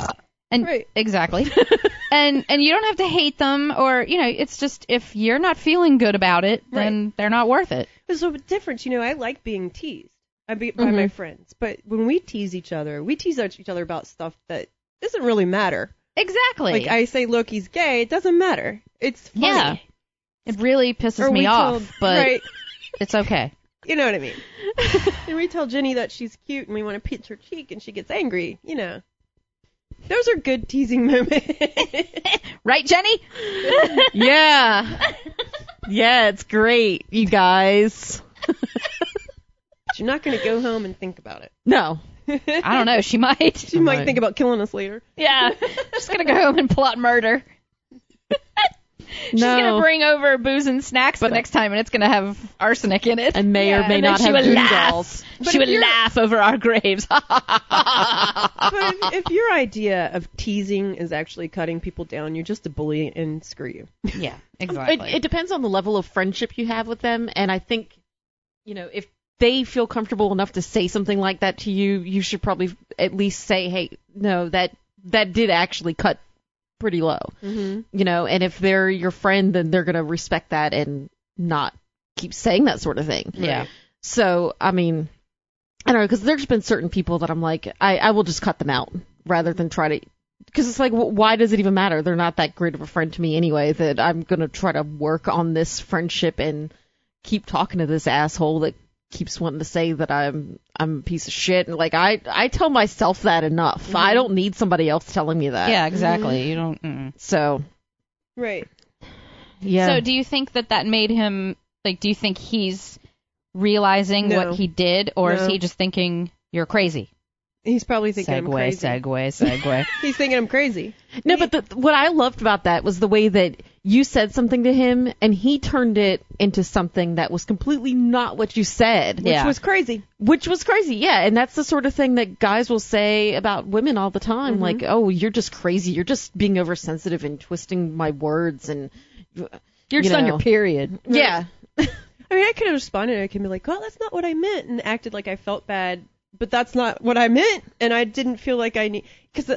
S3: And
S1: Uh, Right.
S3: exactly. and and you don't have to hate them or you know, it's just if you're not feeling good about it, then they're not worth it.
S1: there's a difference. You know, I like being teased I be, by
S3: Mm-hmm.
S1: my friends, but when we tease each other, we tease each other about stuff that doesn't really matter.
S3: Exactly.
S1: Like I say Loki's gay, it doesn't matter. It's funny.
S3: Yeah. it really pisses
S1: Or
S3: me
S1: we
S3: off,
S1: told-
S3: but
S1: right,
S3: it's okay.
S1: you know what I mean. and we tell Jenny that she's cute and we want to pinch her cheek and she gets angry, you know. Those are good teasing moments.
S3: Right, Jenny?
S2: yeah, yeah, it's great, you guys.
S1: You're not going to go home and think about it.
S2: No,
S3: I don't know, she might.
S1: She might
S2: Right.
S1: think about killing us later.
S3: Yeah. She's gonna go home and plot murder. She's
S2: no,
S3: gonna bring over booze and snacks the next time, and it's gonna have arsenic in it.
S2: and may or may
S3: and
S2: not
S3: then
S2: have
S3: she will
S2: goo
S3: laugh.
S2: dolls.
S3: she would laugh over our graves. Uh,
S1: But if, if your idea of teasing is actually cutting people down, you're just a bully and screw you.
S3: yeah,
S2: It,
S3: exactly.
S2: it depends on the level of friendship you have with them, and I think, you know, if they feel comfortable enough to say something like that to you, you should probably at least say, "Hey, no, that that did actually cut pretty low,"
S1: Mm-hmm.
S2: you know. And if they're your friend, then they're gonna respect that and not keep saying that sort of thing.
S3: yeah.
S2: So, I mean, I don't know, because there's been certain people that I'm like, I, I will just cut them out rather than try to. Because it's like, wh- why does it even matter? They're not that great of a friend to me anyway that I'm going to try to work on this friendship and keep talking to this asshole that keeps wanting to say that I'm I'm a piece of shit and like I I tell myself that enough. I don't need somebody else telling me that.
S3: Mm-hmm. Yeah, exactly. You don't. Mm.
S2: So,
S1: Right.
S2: yeah.
S3: So, do you think that that made him like? Do you think he's realizing
S1: No.
S3: what he did, or is
S1: No.
S3: he just thinking you're crazy?
S1: He's probably thinking I'm
S3: Segway,
S1: crazy.
S3: segue, segue.
S1: He's thinking I'm crazy.
S2: No, but the, what I loved about that was the way that you said something to him and he turned it into something that was completely not what you said,
S1: Which
S3: Yeah.
S1: was crazy.
S2: which was crazy. Yeah, and that's the sort of thing that guys will say about women all the time
S3: Mm-hmm.
S2: like, "Oh, you're just crazy. You're just being oversensitive and twisting my words and
S3: you're just on your
S2: know.
S3: period.
S2: Yeah.
S1: I mean, I could have responded. I could be like, "Well, that's not what I meant," and acted like I felt bad, but that's not what I meant, and I didn't feel like I need because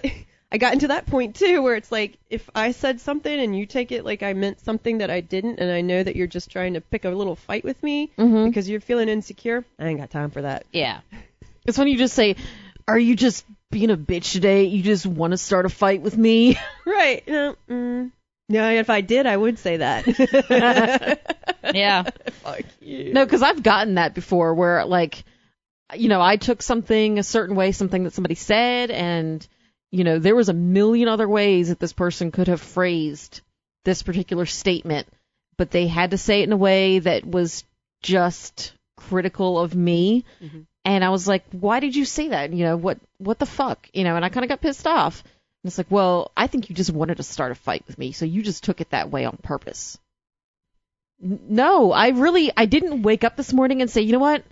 S1: I gotten to that point too where it's like if I said something and you take it like I meant something that I didn't and I know that you're just trying to pick a little fight with me
S2: Mhm.
S1: because you're feeling insecure, I ain't got time for that.
S3: Yeah.
S2: It's when you just say, "Are you just being a bitch today? You just want to start a fight with me?"
S1: Right. No, mm. no if I did, I would say that.
S3: Yeah.
S1: Fuck you.
S2: No, because I've gotten that before where, like, you know, I took something a certain way, something that somebody said, and, you know, there was a million other ways that this person could have phrased this particular statement, but they had to say it in a way that was just critical of me. And I was like, why did you say that? You know, what, what the fuck? You know, and I kind of got pissed off. And it's like, well, I think you just wanted to start a fight with me, so you just took it that way on purpose. No, I really I didn't wake up this morning and say, you know what?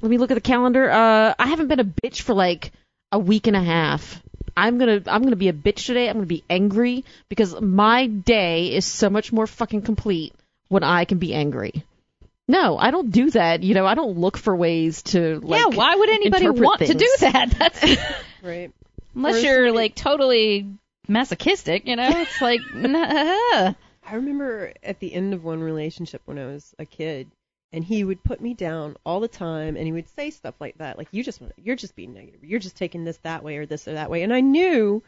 S2: Let me look at the calendar. Uh, I haven't been a bitch for like a week and a half. I'm gonna I'm gonna be a bitch today. I'm gonna be angry because my day is so much more fucking complete when I can be angry. No, I don't do that. You know, I don't look for ways to like.
S6: yeah, why would anybody
S2: interpret
S6: want to do
S2: things.
S6: that? That's
S1: Right.
S3: Unless you're like totally masochistic, you know? It's like nah.
S1: I remember at the end of one relationship when I was a kid, and he would put me down all the time, and he would say stuff like that, like you just want, you're just being negative, you're just taking this that way or this or that way, and I knew,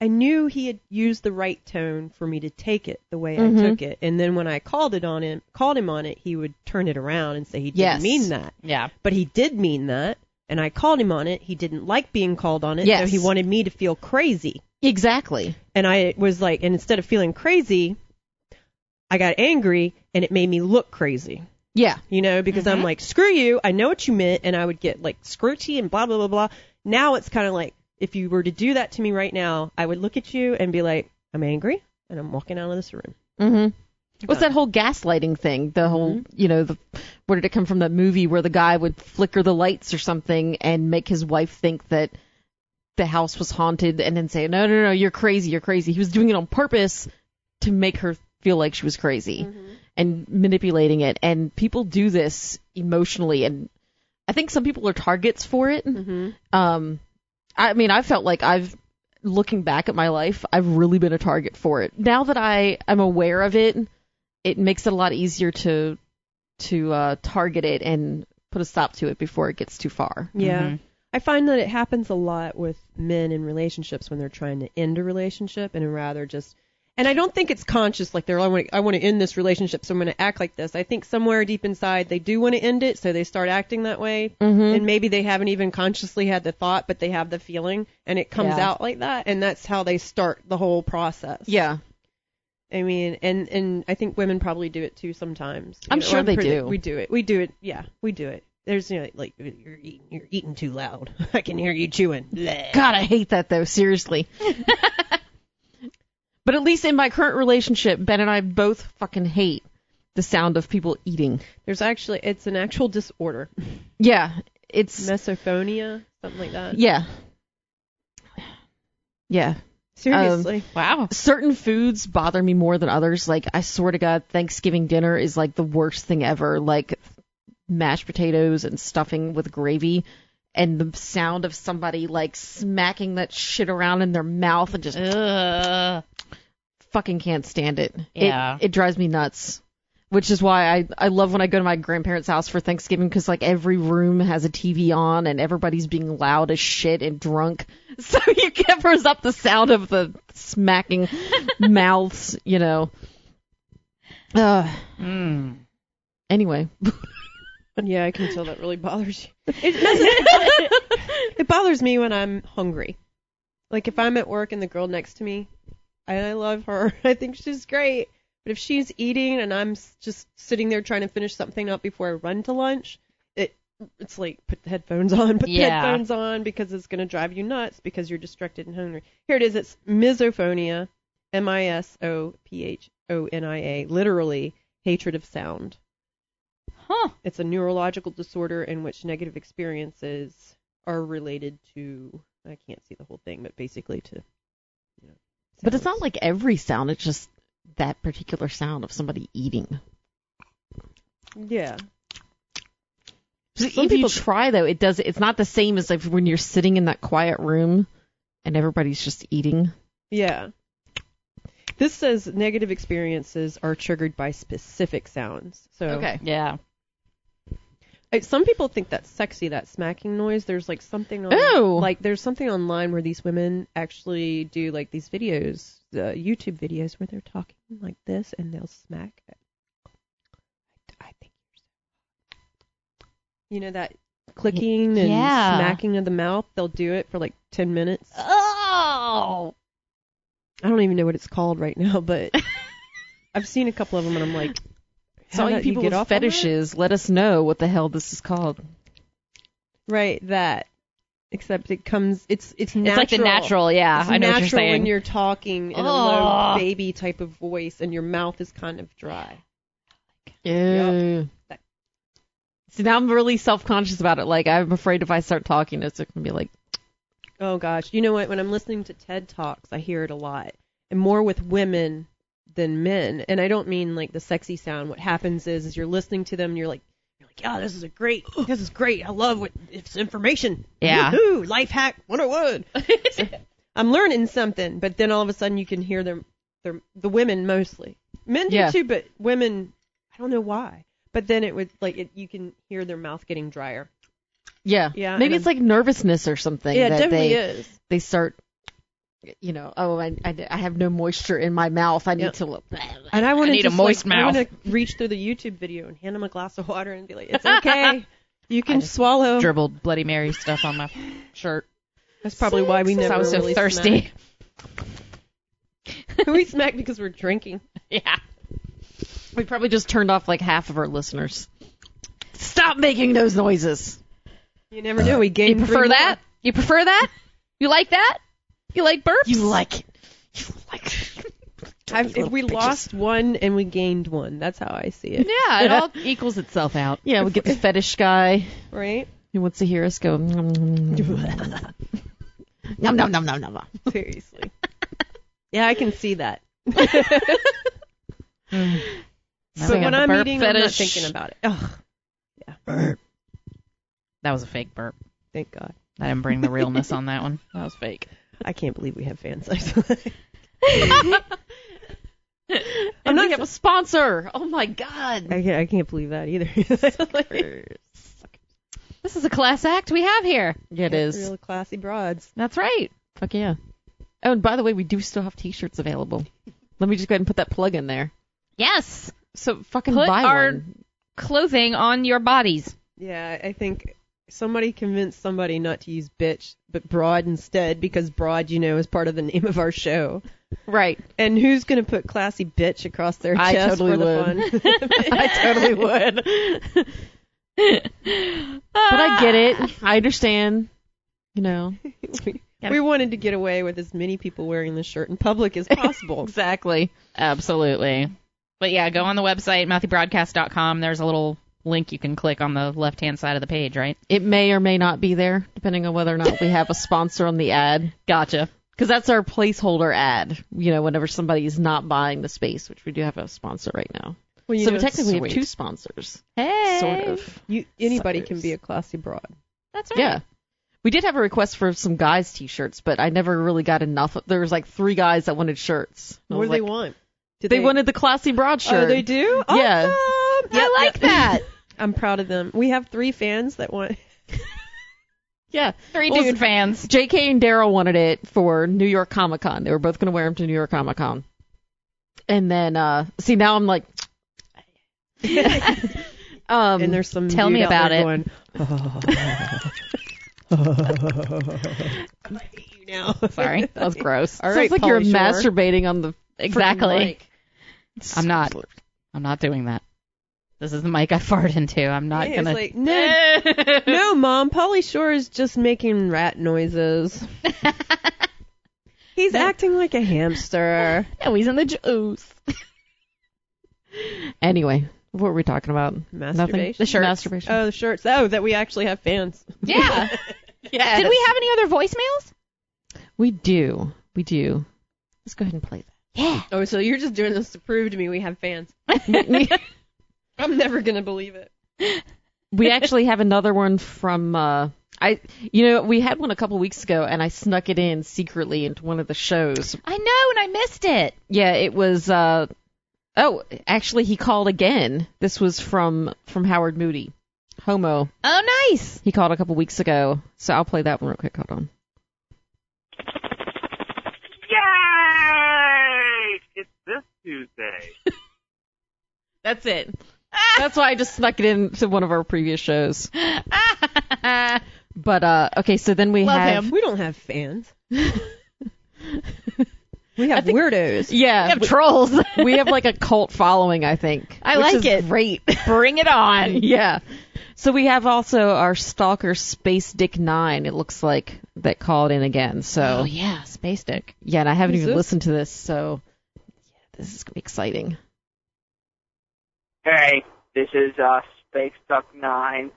S1: I knew he had used the right tone for me to take it the way
S2: Mm-hmm.
S1: I took it, and then when I called it on him, called him on it, he would turn it around and say he didn't
S2: Yes.
S1: mean that,
S3: Yeah.
S1: but he did mean that, and I called him on it. He didn't like being called on it,
S2: Yes.
S1: so he wanted me to feel crazy
S2: Exactly.
S1: and I was like, and instead of feeling crazy, I got angry, and it made me look crazy.
S2: Yeah.
S1: You know, because I'm like, screw you, I know what you meant, and I would get like scroochy and blah blah blah blah. Now it's kind of like, if you were to do that to me right now, I would look at you and be like, I'm angry, and I'm walking out of this room.
S2: hmm What's that whole gaslighting thing? The whole, you know, the where did it come from? That movie where the guy would flicker the lights or something and make his wife think that the house was haunted, and then say, "No, no, no, you're crazy, you're crazy." He was doing it on purpose to make her feel like she was crazy and manipulating it. And people do this emotionally, and I think some people are targets for it. Um, I mean, I felt like I've looking back at my life, I've really been a target for it. Now that I am aware of it, it makes it a lot easier to to uh, target it and put a stop to it before it gets too far.
S1: Yeah.
S3: Mhm.
S1: I find that it happens a lot with men in relationships when they're trying to end a relationship and rather just and I don't think it's conscious like they're I want to, I want to end this relationship so I'm going to act like this. I think somewhere deep inside they do want to end it so they start acting that way and maybe they haven't even consciously had the thought but they have the feeling and it comes
S2: Yeah.
S1: out like that and that's how they start the whole process.
S2: Yeah.
S1: I mean, and and I think women probably do it too sometimes. You
S2: I'm sure they
S1: pretty-
S2: do.
S1: We do it. We do it. Yeah, we do it. There's you know, like you're eating, you're eating too loud. I can hear you chewing. Bleh.
S2: God, I hate that though. Seriously. but at least in my current relationship, Ben and I both fucking hate the sound of people eating.
S1: There's actually it's an actual disorder,
S2: Yeah, it's
S1: mesophonia, something like that.
S2: yeah, um, yeah.
S1: Seriously,
S3: Wow.
S2: certain foods bother me more than others. Like I swear to God, Thanksgiving dinner is like the worst thing ever. Like mashed potatoes and stuffing with gravy, and the sound of somebody like smacking that shit around in their mouth and just
S3: Ugh.
S2: fucking can't stand it.
S3: Yeah.
S2: It, it drives me nuts. Which is why I, I love when I go to my grandparents' house for Thanksgiving because like every room has a TV on and everybody's being loud as shit and drunk, so you covers up the sound of the smacking mouths, you know. Uh,
S3: Mm.
S2: anyway,
S1: yeah, I can tell that really bothers you. It, messes- it bothers me when I'm hungry. Like if I'm at work and the girl next to me, and I love her, I think she's great. But if she's eating and I'm s- just sitting there trying to finish something up before I run to lunch, it it's like put the headphones on, put
S3: Yeah.
S1: the headphones on because it's gonna drive you nuts because you're distracted and hungry. Here it is. It's misophonia, M I S O P H O N I A, literally hatred of sound.
S3: Huh.
S1: It's a neurological disorder in which negative experiences are related to. I can't see the whole thing, but basically to. You know,
S2: but it's not
S1: sounds.
S2: like every sound; it's just that particular sound of somebody eating.
S1: Yeah.
S2: So
S1: Some
S2: if you
S1: people-
S2: try though, it does. It's not the same as if when you're sitting in that quiet room and everybody's just eating.
S1: Yeah. This says negative experiences are triggered by specific sounds. So
S3: Yeah.
S1: I- some people think that's sexy, that smacking noise. There's like something on
S2: Ew.
S1: like there's something online where these women actually do like these videos, uh, YouTube videos where they're talking like this and they'll smack. it. I think you know that clicking and
S3: yeah.
S1: smacking of the mouth. They'll do it for like 10 minutes.
S3: Oh.
S1: I don't even know what it's called right now, but I've seen a couple of them and I'm like,
S2: So all
S1: how
S2: you
S1: did
S2: people
S1: get
S2: with
S1: off on that?
S2: fetishes, let us know what the hell this is called.
S1: Right, that. Except it comes. It's it's natural.
S3: It's like the natural, yeah.
S1: It's
S3: I know
S1: natural
S3: what you're saying.
S1: when you're talking in a low
S3: Ugh.
S1: baby type of voice, and your mouth is kind of dry.
S2: Yeah. See, now I'm really self-conscious about it. Like, I'm afraid if I start talking, it's going to be like,
S1: Oh gosh, you know what? When I'm listening to TED talks, I hear it a lot, and more with women than men. And I don't mean like the sexy sound. What happens is, is you're listening to them, and you're like, you're like, yeah, this is a great, this is great. I love what it's information.
S3: Yeah.
S1: Woo-hoo, life hack 101. So, I'm learning something, but then all of a sudden you can hear them, their, the women mostly. Men do
S2: Yeah.
S1: too, but women, I don't know why. But then it would like it, you can hear their mouth getting drier.
S2: yeah.
S1: Yeah,
S2: Maybe
S1: and
S2: it's like nervousness or something.
S1: yeah, it
S2: that
S1: definitely
S2: they,
S1: is.
S2: they start, you know, oh, I, I, I have no moisture in my mouth. I need
S1: Yep.
S2: to look.
S1: And I want to
S3: need a
S1: just,
S3: moist
S1: like,
S3: mouth.
S1: I want to reach through the YouTube video and hand him a glass of water and be like, "It's okay, you can swallow."
S3: Dribbled Bloody Mary stuff on my shirt.
S1: That's probably why we
S3: Since
S1: never
S3: I was so
S1: really
S3: thirsty.
S1: smack. we smack because we're drinking.
S3: Yeah.
S2: We probably just turned off like half of our listeners. Stop making those noises.
S1: You never know. We gain.
S3: Uh, You prefer that? You prefer that? You like that? You like burps?
S2: You like it. You like it.
S1: I've, if we lost one and we gained one, that's how I see it.
S3: Yeah, it all equals itself out.
S2: Yeah, we get the fetish guy
S1: Right?
S2: who wants to hear us go. "Mm, "Nom, nom, nom, nom, nom, nom."
S1: Seriously. yeah, I can see that.
S3: Hmm. Now
S1: but
S3: we got
S1: when
S3: the
S1: I'm
S3: burp
S1: eating, I'm not
S3: fetish.
S1: thinking about it. Ugh,
S3: That was a fake burp.
S1: thank God.
S3: I didn't bring the realness on that one. That was fake.
S1: I can't believe we have fan sites. I'm not.
S2: have a sponsor. Oh my god.
S1: I can't, I can't believe that either.
S3: This is a class act we have here.
S2: Yeah, it is.
S1: Real classy broads.
S3: That's right.
S2: Fuck yeah. Oh, and by the way, we do still have T-shirts available. Let me just go ahead and put that plug in there.
S6: Yes.
S2: So fucking
S6: Put
S2: buy
S6: our-
S2: one.
S6: Clothing on your bodies.
S1: Yeah, I think somebody convinced somebody not to use bitch, but broad instead because broad, you know, is part of the name of our show.
S2: Right.
S1: And who's gonna put classy bitch across their
S2: I
S1: chest
S2: totally
S1: for the fun?
S2: I totally would.
S3: Ah.
S2: but I get it. I understand. You know.
S1: we, we wanted to get away with as many people wearing this shirt in public as possible.
S2: Exactly.
S3: Absolutely. But yeah, go on the website, mouthdybroadcast.com. There's a little link you can click on the left hand side of the page, right?
S2: It may or may not be there, depending on whether or not we have a sponsor on the ad.
S3: Gotcha.
S2: Because that's our placeholder ad. You know, whenever somebody is not buying the space, which we do have a sponsor right now.
S1: Well, you
S2: so
S1: know,
S2: we technically
S1: sweet.
S2: have two sponsors.
S3: Hey.
S2: Sort of.
S1: You, anybody can
S2: Suckers.
S1: be a classy broad.
S3: That's right.
S2: Yeah. We did have a request for some guys' t-shirts, but I never really got enough. There was like three guys that wanted shirts. And I
S1: What do
S2: was
S1: they
S2: like,
S1: want? Do
S2: They wanted the classy broad shirt.
S1: Oh, they do.
S2: Yeah.
S1: Awesome!
S2: I like that.
S1: I'm proud of them. We have three fans that want.
S2: yeah.
S3: Three
S2: Well,
S3: dude fans.
S2: J.K. and Daryl wanted it for New York Comic Con. They were both going to wear them to New York Comic Con. And then, uh, see, now I'm like, um,
S1: and there's some.
S3: tell
S1: dude
S3: me
S1: out there
S3: about it.
S1: Going, I hate you now.
S3: Sorry. That was gross.
S1: All
S2: sounds
S1: right,
S2: like you're
S1: Pauly Shore.
S2: masturbating on the
S3: Exactly.
S2: freaking mic.
S3: I'm not. I'm not doing that. This is the mic I fart into. I'm not
S1: Yeah,
S3: gonna.
S1: It's like, no, no, mom. Polly Shore is just making rat noises. He's acting like a hamster.
S3: no, he's in the juice.
S2: Anyway, what were we talking about? Nothing.
S1: Masturbation.
S2: shirts. Masturbation.
S1: Oh, the shirts. Oh, that we actually have fans.
S3: Yeah.
S2: yeah.
S3: Did we have any other voicemails?
S2: We do. We do. Let's go ahead and play
S1: Oh, so you're just doing this to prove to me we have fans.
S2: that.
S1: I'm never gonna believe it.
S2: we actually have another one from uh, I, you know, we had one a couple weeks ago, and I snuck it in secretly into one of the shows.
S6: I know, and I missed it.
S2: Yeah, it was. uh Oh, actually, he called again. This was from from Howard Moody, Homo.
S6: Oh, nice.
S2: He called a couple weeks ago, so I'll play that one real quick. Hold on.
S9: Yay! It's this Tuesday.
S2: That's it. That's why I just snuck it into one of our previous shows. But uh okay, so then we
S1: Love
S2: have
S1: him. We don't have fans. we have weirdos.
S2: yeah,
S6: have trolls.
S2: we, we have like a cult following, I think.
S6: I
S2: which
S6: like
S2: is
S6: it.
S2: Great.
S6: Bring it on.
S2: yeah. So we have also our stalker Space Dick Nine. It looks like that called in again. So
S6: Oh yeah, space dick.
S2: yeah, and I haven't
S1: Who's
S2: even
S1: this?
S2: listened to this, so yeah, this is gonna be exciting.
S9: Hey, this is uh, Space Duck Nine.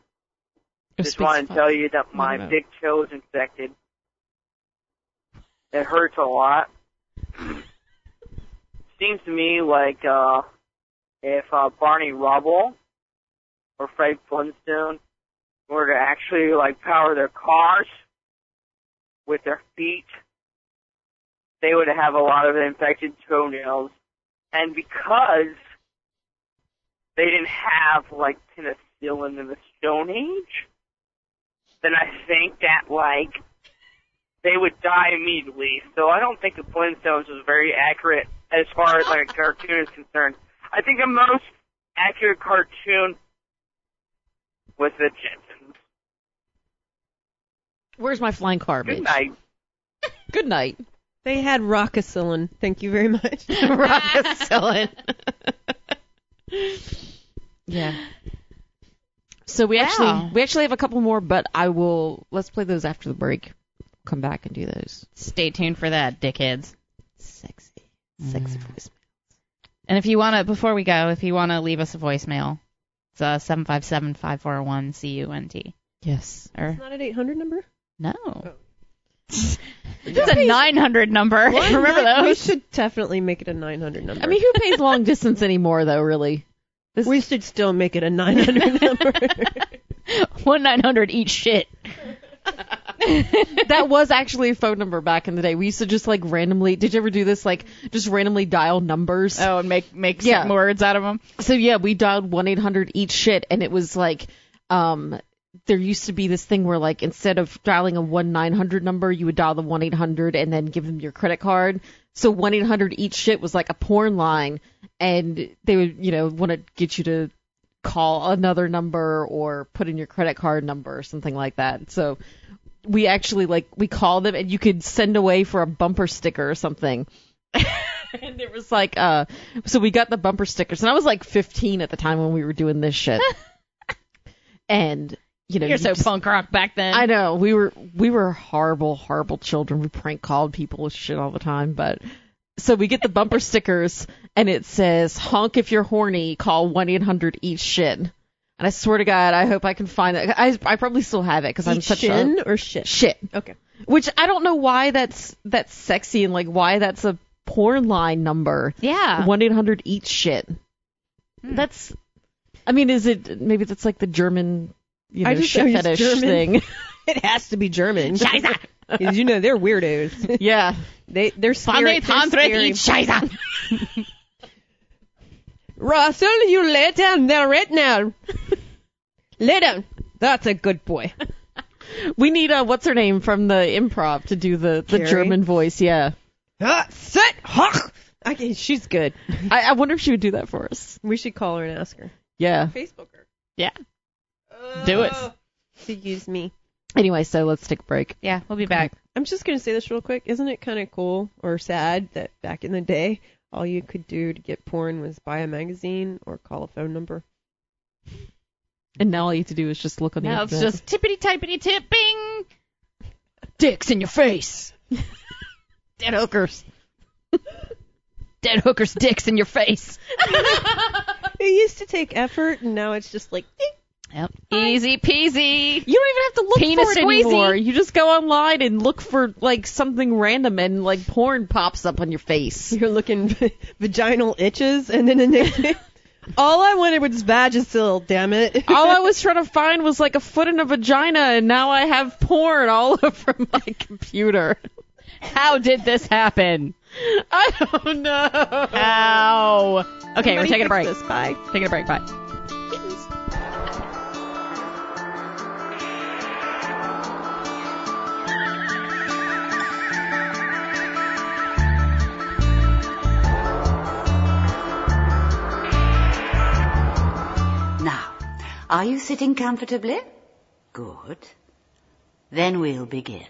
S2: Or
S9: Just
S2: Space
S9: want to
S2: Fuck.
S9: tell you that
S2: I
S9: my
S2: don't know.
S9: big toe is infected. It hurts a lot. Seems to me like uh, if uh, Barney Rubble or Fred Flintstone were to actually like power their cars with their feet, they would have a lot of infected toenails. And because they didn't have like penicillin in the Stone Age, then I think that like they would die immediately. So I don't think the Flintstones was very accurate as far as like a cartoon is concerned. I think the most accurate cartoon was the Jetsons.
S2: Where's my flying car, bitch?
S9: Good night.
S2: Good night.
S1: They had rockacillin. Thank you very much.
S2: Rockacillin. yeah. So we actually we actually have a couple more, but I will let's play those after the break. Come back and do those.
S6: Stay tuned for that, dickheads.
S2: Sexy, sexy voice.
S3: Mm. And if you want to, before we go, if you want to leave us a voicemail, it's uh, 757-541-CUNT.
S2: Yes. Oh.
S3: Or,
S1: Not an 800 number.
S3: no. It's a 900 number. Remember
S1: Nine- We
S3: those?
S1: should definitely make it a 900 number.
S2: I mean, who pays long distance anymore, though? Really? This
S1: we should still make it a 900 number.
S6: One nine hundred eat shit.
S2: that was actually a phone number back in the day. We used to just like randomly. Did you ever do this? Like just randomly dial numbers.
S3: Oh, and make, make
S2: Yeah.
S3: certain words out of them.
S2: So yeah, we dialed one eight hundred E each shit, and it was like, um, there used to be this thing where like instead of dialing a one nine hundred number, you would dial the one eight hundred and then give them your credit card. So one eight hundred E each shit was like a porn line, and they would you know want to get you to call another number or put in your credit card number or something like that. So we actually like we called them and you could send away for a bumper sticker or something and it was like uh so we got the bumper stickers and i was like 15 at the time when we were doing this shit and you know
S6: You're
S2: you
S6: so
S2: just-
S6: punk rock back then.
S2: i know we were we were horrible horrible children we prank called people with shit all the time but so we get the bumper stickers and it says honk if you're horny call 1-800 eat shit and E i swear to god i hope i can find that i, I probably still have it because i'm
S1: Eat
S2: such a
S1: shin or shit.
S2: shit
S1: Okay.
S2: which I don't know why that's that's sexy and like why that's a porn line number.
S6: Yeah.
S2: One eight hundred E eat shit.
S1: Hmm.
S2: That's. I mean, is it maybe that's like the German, you know,
S1: I just- I
S2: shit
S1: was
S2: fetish
S1: German.
S2: thing?
S1: It has to be German. Because you know they're weirdos.
S2: yeah.
S1: They they're scary. They're scary.
S6: Scheiße.
S1: Russell, you lay down there right now. lay down. That's a good boy.
S2: We need uh, what's her name from the improv to do the the
S1: Carrie?
S2: German voice. Yeah.
S1: Ah, sit. Hoch. Okay, she's good.
S2: I, I wonder if she would do that for us.
S1: We should call her and ask her.
S2: Yeah.
S1: Facebook her.
S3: Yeah. Do it.
S1: Excuse me.
S2: Anyway, so let's take a break.
S3: Yeah, we'll be back.
S1: I'm just gonna say this real quick. Isn't it kind of cool or sad that back in the day, all you could do to get porn was buy a magazine or call a phone number?
S2: And now all you have to do is just look on the
S3: Now it's
S2: internet.
S3: just tippity typity tipping.
S6: Dicks in your face.
S2: dead hookers.
S6: Dead hookers' dicks in your face.
S1: It used to take effort, and now it's just like "Eh,
S6: Yep. Easy peasy.
S2: You don't even have to look
S6: Penis
S2: for it
S6: squeezy.
S2: anymore. You just go online and look for like something random, and like porn pops up on your face.
S1: you're looking vaginal itches, and then the next day, All I wanted was Vagisil, damn it.
S2: all I was trying to find was like a foot in a vagina, and now I have porn all over my computer.
S3: How did this happen?
S2: I
S1: Oh,
S2: don't know.
S3: How? Okay,
S1: Somebody
S3: we're taking a
S1: fix
S3: break.
S1: This. Bye.
S3: Taking a break. Bye.
S10: Now, are you sitting comfortably? Good. Then we'll begin.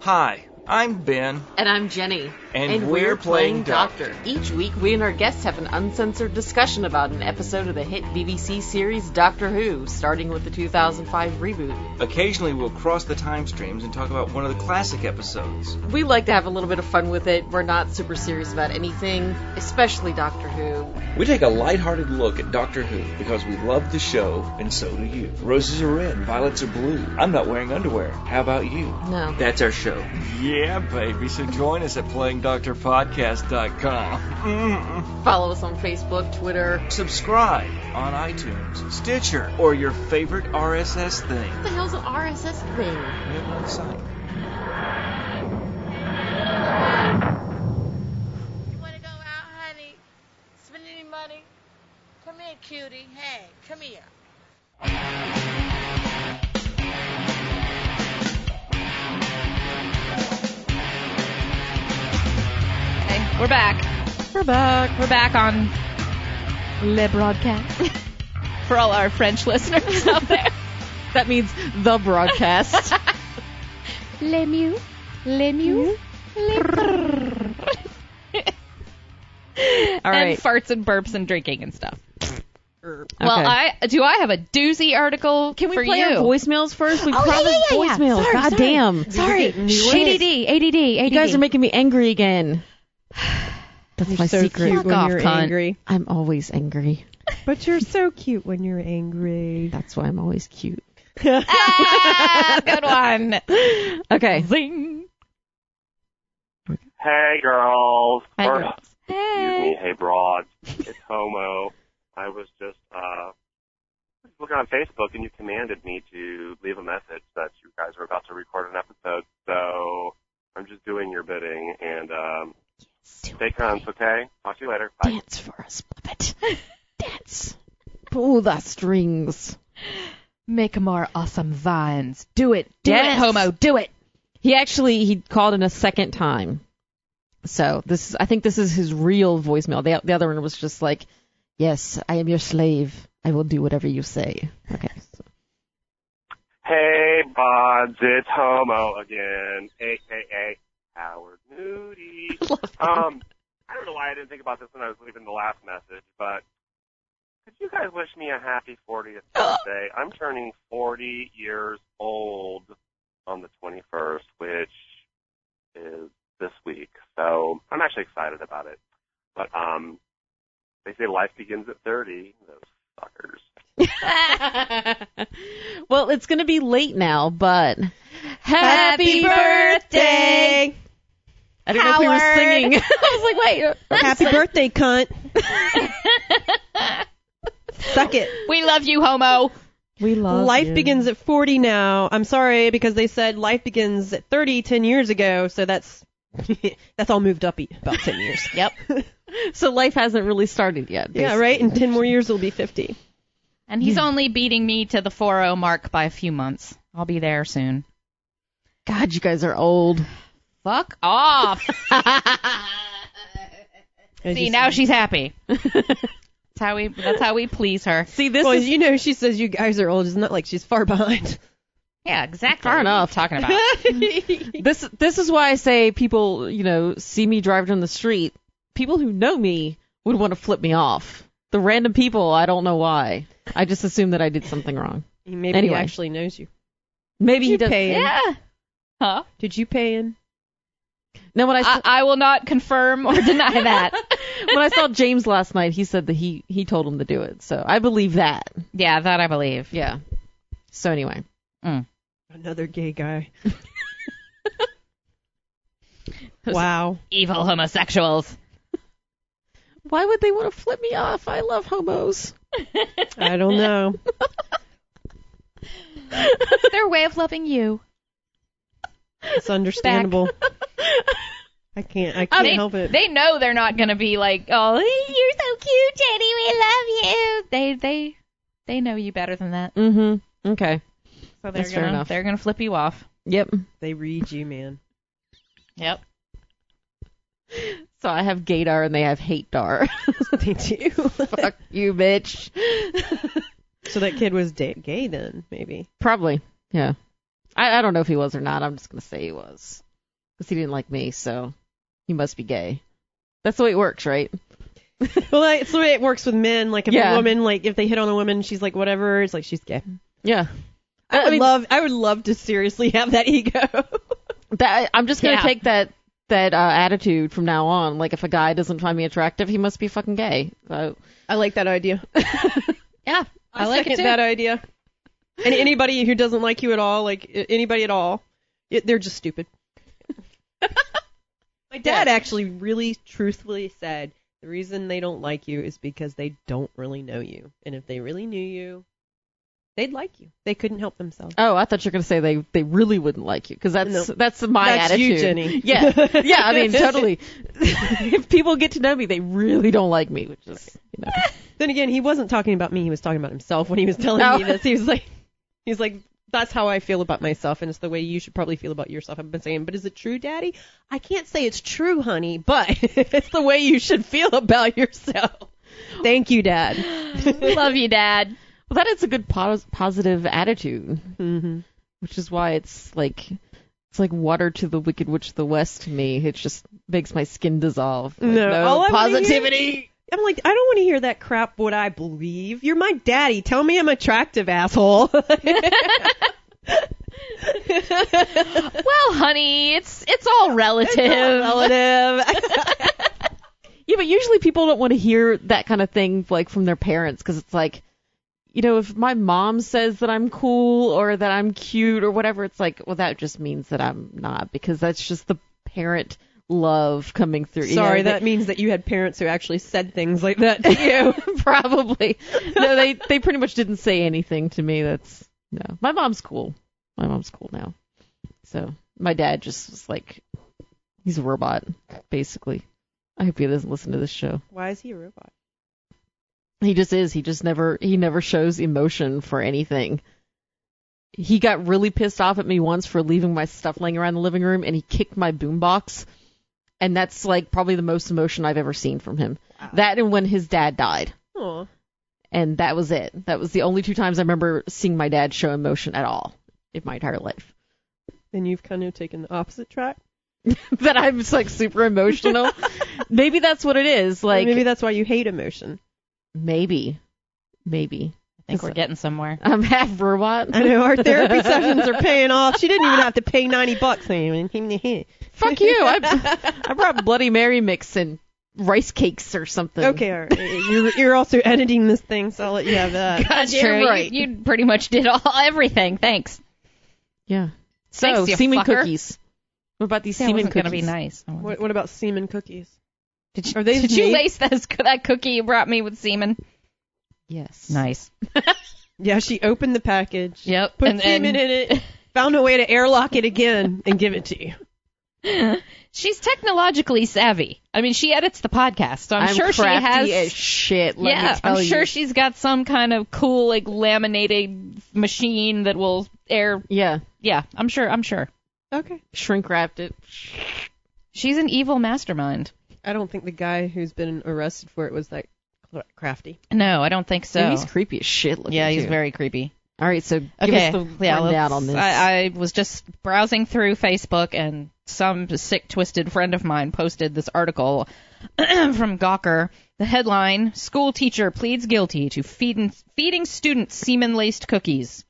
S11: Hi, I'm Ben.
S2: And I'm Jenny.
S11: And we're playing Doctor.
S2: Each week, we and our guests have an uncensored discussion about an episode of the hit BBC series Doctor Who, starting with the 2005 reboot.
S11: Occasionally, we'll cross the time streams and talk about one of the classic episodes.
S2: We like to have a little bit of fun with it. We're not super serious about anything, especially Doctor Who.
S11: We take a lighthearted look at Doctor Who because we love the show, and so do you. Roses are red, violets are blue. I'm not wearing underwear. How about you?
S2: No.
S11: That's our show. Yeah, baby. So join us at playingdoctorpodcast.com.
S2: Follow us on Facebook, Twitter.
S11: Subscribe on iTunes, Stitcher, or your favorite RSS thing.
S2: What the hell's an RSS thing?
S11: We have one site.
S12: You want to go out, honey? Spend any money? Come here, cutie. Hey, come here.
S3: We're back. We're back. We're back on Le Broadcast. For all our French listeners out there.
S2: That means the broadcast.
S6: Lemieux. Lemieux.
S3: All
S6: right.
S3: And farts and burps and drinking and stuff. Well,
S6: Okay.
S3: I do I have a doozy article Can
S6: we
S3: for
S6: play
S3: you?
S6: our
S2: voicemails first? We
S6: Oh, yeah, promised yeah, yeah, yeah. voicemails. Sorry, God sorry. damn. Sorry. Shh. ADD, ADD.
S2: You guys are making me angry again. That's my
S1: so
S2: secret.
S1: cute Fuck when off, you're cunt. angry.
S2: I'm always angry.
S1: But you're so cute when you're angry.
S2: That's why I'm always cute.
S3: ah, good one.
S2: Okay.
S5: Hey, girls.
S3: Hey,
S5: Or-
S3: girls.
S5: Excuse me. Hey, broad. It's Homo. I was just uh, looking on Facebook, and you commanded me to leave a message that you guys were about to record an episode. So I'm just doing your bidding, and um, stay cons, okay? Talk to you later. Bye.
S2: Dance for us, puppet. Dance. Pull the strings.
S3: Make more awesome vines. Do it. Do
S2: Yes.
S3: it, homo. Do it.
S2: He actually he called in a second time. So this is I think this is his real voicemail. The the other one was just like, "Yes, I am your slave. I will do whatever you say." Okay.
S5: Hey, Bonds, it's Homo again, aka Howard Moody. um, I don't know why I didn't think about this when I was leaving the last message, but could you guys wish me a happy 40th birthday? I'm turning 40 years old on the 21st, which is this week, so I'm actually excited about it. But um, they say life begins at 30. Those suckers.
S2: Well, it's going to be late now, but
S3: Happy birthday,
S2: I don't know if we were
S3: Howard.
S2: singing.
S3: I was like, wait.
S1: Happy birthday, cunt. Suck it.
S3: We love you, homo.
S2: We
S3: love
S1: Life
S3: you.
S1: begins at 40 now. I'm sorry because they said life begins at 30 10 years ago, so that's that's all moved up e- about 10 years.
S3: yep.
S2: So life hasn't really started yet.
S1: Yeah, right. In 10 more years we'll be 50.
S3: And
S2: Hmm.
S3: he's only beating me to the 4-0 mark by a few months. I'll be there soon.
S2: God, you guys are old.
S3: Fuck off. See, now she's happy. that's how we that's how we please her.
S2: See, this
S1: well, you know, she says you guys are old. It's not like she's far behind.
S3: Yeah, exactly.
S2: Fair enough.
S3: Talking about.
S2: this this is why I say people, you know, see me drive down the street. People who know me would want to flip me off. The random people, I don't know why. I just assume that I did something wrong.
S1: Maybe
S2: Anyway.
S1: he actually knows you.
S2: Maybe he
S1: you
S2: does.
S1: pay in?
S3: Yeah. Huh?
S1: Did you pay in?
S2: Now when I,
S3: I, I will not confirm or deny that.
S2: when I saw James last night, he said that he he told him to do it. So I believe that.
S3: yeah, that I believe.
S2: Yeah. So anyway,
S1: Another gay guy. wow.
S3: Evil homosexuals.
S2: Why would they want to flip me off? I love homos.
S1: I don't know.
S3: That's their way of loving you.
S1: It's understandable. I can't. I can't
S3: they,
S1: help it.
S3: They know they're not gonna be like, oh, you're so cute, Jenny. We love you. They they they know you better than that.
S2: Mm-hmm. Okay.
S3: So they're
S2: That's fair
S3: gonna
S2: enough.
S3: they're gonna flip you off.
S2: Yep.
S1: They read you, man.
S3: Yep.
S2: So I have gaydar and they have hate dar.
S1: they do. Fuck
S2: you, bitch.
S1: so that kid was da- gay then, maybe.
S2: Probably. Yeah. I, I don't know if he was or not. I'm just gonna say he was, because he didn't like me, so he must be gay. That's the way it works, right?
S1: Well, like, it's the way it works with men. Like if
S2: Yeah.
S1: a woman, like if they hit on a woman, she's like whatever. It's like she's gay.
S2: Yeah.
S1: I
S2: I
S1: would
S2: mean-
S1: love. I would love to seriously have that ego.
S2: That I'm just gonna
S1: Yeah.
S2: take that that uh, attitude from now on. Like if a guy doesn't find me attractive, he must be fucking gay. So
S1: I like that idea.
S3: yeah,
S1: I, like second that idea. And anybody who doesn't like you at all, like i- anybody at all, it, they're just stupid. My dad actually really truthfully said the reason they don't like you is because they don't really know you. And if they really knew you, they'd like you. They couldn't help themselves.
S2: Oh, I thought you were gonna say they they really wouldn't like you because that's
S1: No.
S2: that's my
S1: That's
S2: attitude.
S1: you, Jenny.
S2: Yeah, yeah. I mean, totally. if people get to know me, they really don't like me, which is you know.
S1: Then again, he wasn't talking about me. He was talking about himself when he was telling
S2: Oh.
S1: me this. He was like, he was like, that's how I feel about myself, and it's the way you should probably feel about yourself. I've been saying, but is it true, Daddy? I can't say it's true, honey, but it's the way you should feel about yourself. Thank you, Dad.
S3: Love you, Dad.
S2: Well, that is a good pos- positive attitude,
S1: mm-hmm.
S2: which is why it's like it's like water to the Wicked Witch of the West to me. It just makes my skin dissolve. Like,
S1: no, all I wanna hear-
S2: positivity.
S1: I'm like, I don't want to hear that crap. What I believe? You're my daddy. Tell me I'm attractive, asshole.
S3: well, honey, it's it's all relative.
S2: Yeah, but usually people don't want to hear that kind of thing like from their parents because it's like, you know, if my mom says that I'm cool or that I'm cute or whatever, it's like, well, that just means that I'm not because that's just the parent love coming through. you know,
S1: Sorry,
S2: they-
S1: that means that you had parents who actually said things like that to you.
S2: probably. No, they they pretty much didn't say anything to me. That's no. My mom's cool. My mom's cool now. So my dad just was like, he's a robot basically. I hope he doesn't listen to this show.
S1: Why is he a robot?
S2: He just is. He just never he never shows emotion for anything. He got really pissed off at me once for leaving my stuff laying around the living room and he kicked my boombox. And that's like probably the most emotion I've ever seen from him. That and when his dad died.
S1: Aw.
S2: And that was it. That was the only two times I remember seeing my dad show emotion at all in my entire life.
S1: Then you've kind of taken the opposite track.
S2: that I'm just like super emotional. maybe that's what it is. Like
S1: maybe that's why you hate emotion.
S2: Maybe. Maybe.
S3: I think we're getting somewhere.
S2: I'm half robot.
S1: I know our therapy sessions are paying off. She didn't even have to pay ninety bucks. Fuck
S2: Fuck you. I, I brought Bloody Mary mix and rice cakes or something.
S1: Okay, all right. you're you're also editing this thing, so I'll let you have that.
S3: That's true. You-
S2: right.
S3: You, pretty much did all everything. Thanks.
S2: Yeah. So,
S3: Thanks, you
S2: semen
S3: fucker.
S2: cookies. What about these
S3: Yeah, I
S2: semen
S3: wasn't
S2: cookies?
S3: gonna be nice. I wasn't-
S1: What, what about semen cookies?
S3: Did you,
S1: Are they
S3: did you
S1: made-
S3: lace those, that cookie you brought me with semen?
S2: Yes.
S3: Nice.
S1: Yeah, she opened the package.
S3: Yep.
S1: Put
S3: and-
S1: semen
S3: and-
S1: in it. Found a way to airlock it again and give it to you.
S3: She's technologically savvy. I mean, she edits the podcast, so I'm,
S2: I'm
S3: sure she
S2: crafty
S3: has.
S2: as shit. Let me
S3: yeah,
S2: tell
S3: I'm sure
S2: you.
S3: she's got some kind of cool, like laminated machine that will air.
S2: Yeah,
S3: yeah. I'm sure. I'm sure.
S1: Okay.
S2: Shrink wrapped it.
S3: She's an evil mastermind.
S1: I don't think the guy who's been arrested for it was that crafty.
S3: No, I don't think so.
S2: And he's creepy as shit. Looking
S3: yeah, he's
S2: too.
S3: very creepy.
S2: All right, so give
S3: okay.
S2: us the
S3: yeah,
S2: rundown
S3: let's-
S2: on this.
S3: I, I was just browsing through Facebook and some sick, twisted friend of mine posted this article from Gawker. The headline: School teacher pleads guilty to feeding feeding students semen laced cookies.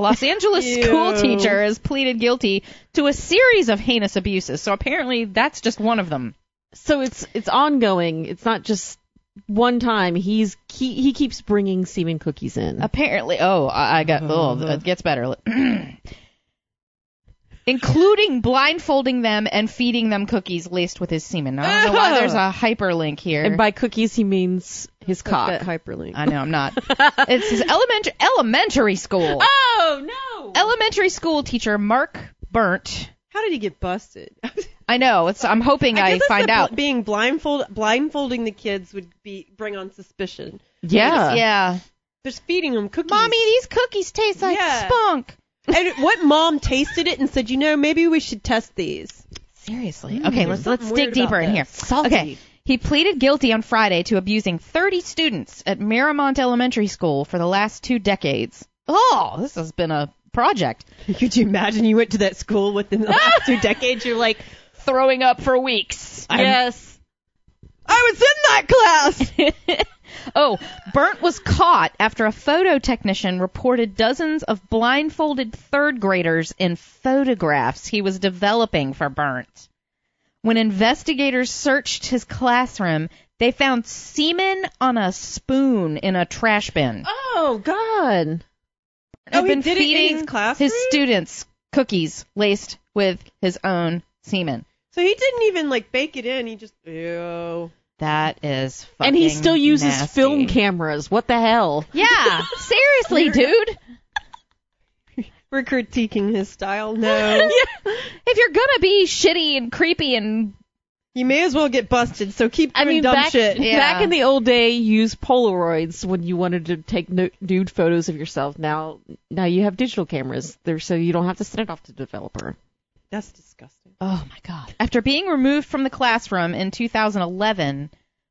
S3: Los Angeles school
S6: Ew.
S3: teacher has pleaded guilty to a series of heinous abuses. So apparently, that's just one of them.
S2: so it's it's ongoing. It's not just one time. He's he, he keeps bringing semen cookies in.
S3: Apparently, oh, I, I got. Oh, it gets better. including blindfolding them and feeding them cookies laced with his semen. Now, I don't know why there's a hyperlink here.
S2: And by cookies, he means his cock.
S1: hyperlink.
S3: I know I'm not. it's his elementary elementary school.
S2: Oh no!
S3: Elementary school teacher Mark Burnt.
S1: How did he get busted?
S3: I know. It's, I'm hoping I,
S1: guess that's
S3: find
S1: the
S3: out.
S1: bl- Being blindfold blindfolding the kids would be bring on suspicion.
S2: Yeah.
S3: Yeah.
S1: Just feeding them cookies.
S3: Mommy, these cookies taste like
S1: Yeah.
S3: spunk.
S1: and what mom tasted it and said, you know, maybe we should test these.
S3: Seriously. Okay, let's let's
S1: Mm, something weird
S3: dig
S1: about
S3: deeper in
S1: this.
S3: here.
S1: Salty.
S3: Okay. He pleaded guilty on Friday to abusing 30 students at Miramont Elementary School for the last two decades. Oh, this has been a project.
S1: Could you imagine you went to that school within the last two decades? You're like,
S3: Throwing up for weeks.
S2: yes.
S1: I was in that
S3: class. oh, Burnt was caught after a photo technician reported dozens of blindfolded third graders in photographs he was developing for Burnt. When investigators searched his classroom, they found semen on a spoon in a trash bin.
S2: Oh God.
S1: Oh,
S3: He'd
S1: he
S3: been
S1: did it in his
S3: feeding
S1: classroom?
S3: students cookies laced with his own semen.
S1: So he didn't even like bake it in. He just, ew.
S3: That is fucking
S2: And he still uses
S3: nasty.
S2: film cameras. What the hell?
S3: Yeah, seriously, dude.
S1: We're critiquing his style. No.
S3: If you're gonna be shitty and creepy and
S1: You may as well get busted, so keep
S2: I
S1: doing
S2: mean,
S1: dumb
S2: back,
S1: shit.
S2: back in the old day, you used Polaroids when you wanted to take no- nude photos of yourself. Now, now you have digital cameras, there, so you don't have to send it off to the developer.
S1: That's disgusting.
S3: Oh my god. After being removed from the classroom in 2011,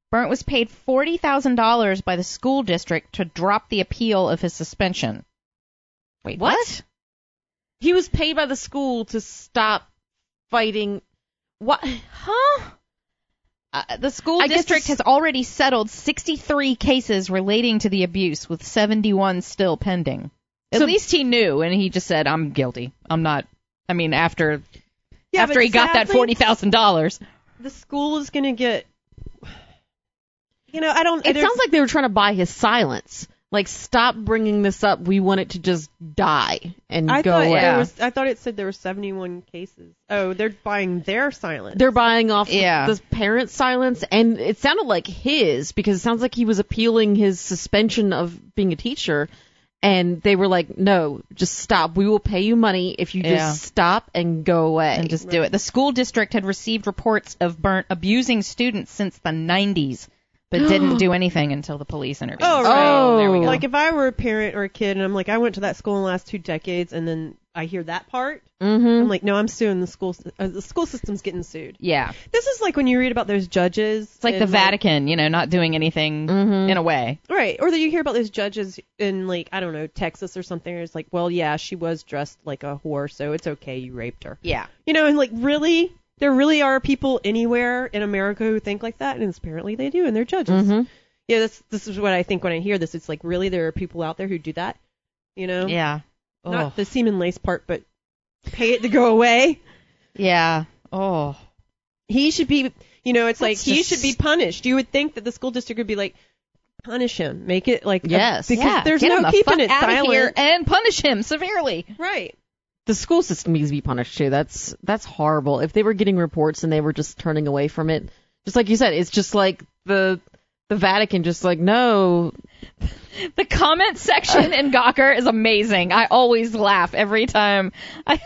S3: Burnt was paid $40,000 by the school district to drop the appeal of his suspension. Wait, what?
S2: He was paid by the school to stop fighting. What?
S3: Huh? Uh, the school
S2: I guess
S3: district
S2: it's-
S3: has already settled 63 cases relating to the abuse with 71 still pending. At
S2: So-
S3: least he knew and he just said I'm guilty. I'm not I mean after
S1: Yeah,
S3: after
S1: but
S3: he got that
S1: sadly-
S3: $40,000.
S1: The school is gonna get. You know, I don't.
S2: It
S1: there's-
S2: sounds like they were trying to buy his silence. Like, stop bringing this up. We want it to just die and
S1: I
S2: go
S1: thought
S2: away.
S1: there was. I thought it said there were 71 cases. Oh, they're buying their silence.
S2: They're buying off
S3: Yeah.
S2: the parents' silence, and it sounded like his because it sounds like he was appealing his suspension of being a teacher, and they were like, "No, just stop. We will pay you money if you
S3: Yeah.
S2: just stop and go away."
S3: and just do it. The school district had received reports of Burnt abusing students since the 90s, but didn't do anything until the police intervened.
S1: Oh,
S3: So,
S1: right.
S3: there we go.
S1: Like if I were a parent or a kid, and I'm like, I went to that school in the last two decades, and then I hear that part,
S2: Mm-hmm.
S1: I'm like, no, I'm suing the school. sy- Uh, the school system's getting sued.
S3: yeah,
S1: This is like when you read about those judges.
S3: it's like the Vatican, you know, not doing anything in a way.
S1: Right. Or that you hear about those judges in like, I don't know, Texas or something. It's like, well, yeah, she was dressed like a whore, so it's okay, you raped her.
S3: Yeah.
S1: You know, and like really there really are people anywhere in America who think like that and apparently they do and they're judges.
S3: Mm-hmm.
S1: Yeah, this this is what I think when I hear this. It's like really there are people out there who do that. You know?
S3: Yeah.
S1: Not the semen lace part, but pay it to go away.
S3: Yeah. Oh.
S1: He should be you know, it's like
S2: That's
S1: he
S2: just-
S1: should be punished. You would think that the school district would be like punish him. Make it like a-
S2: Yes.
S1: Uh, because
S3: yeah.
S1: there's
S3: Get him
S1: no
S3: the
S1: keeping
S3: fuck
S1: it
S3: outta
S1: silent.
S3: here and punish him severely.
S1: Right.
S2: The school system needs to be punished too. That's that's horrible. If they were getting reports and they were just turning away from it, just like you said, it's just like the the Vatican just like no
S3: The comment section in Gawker is amazing. I always laugh every time. I,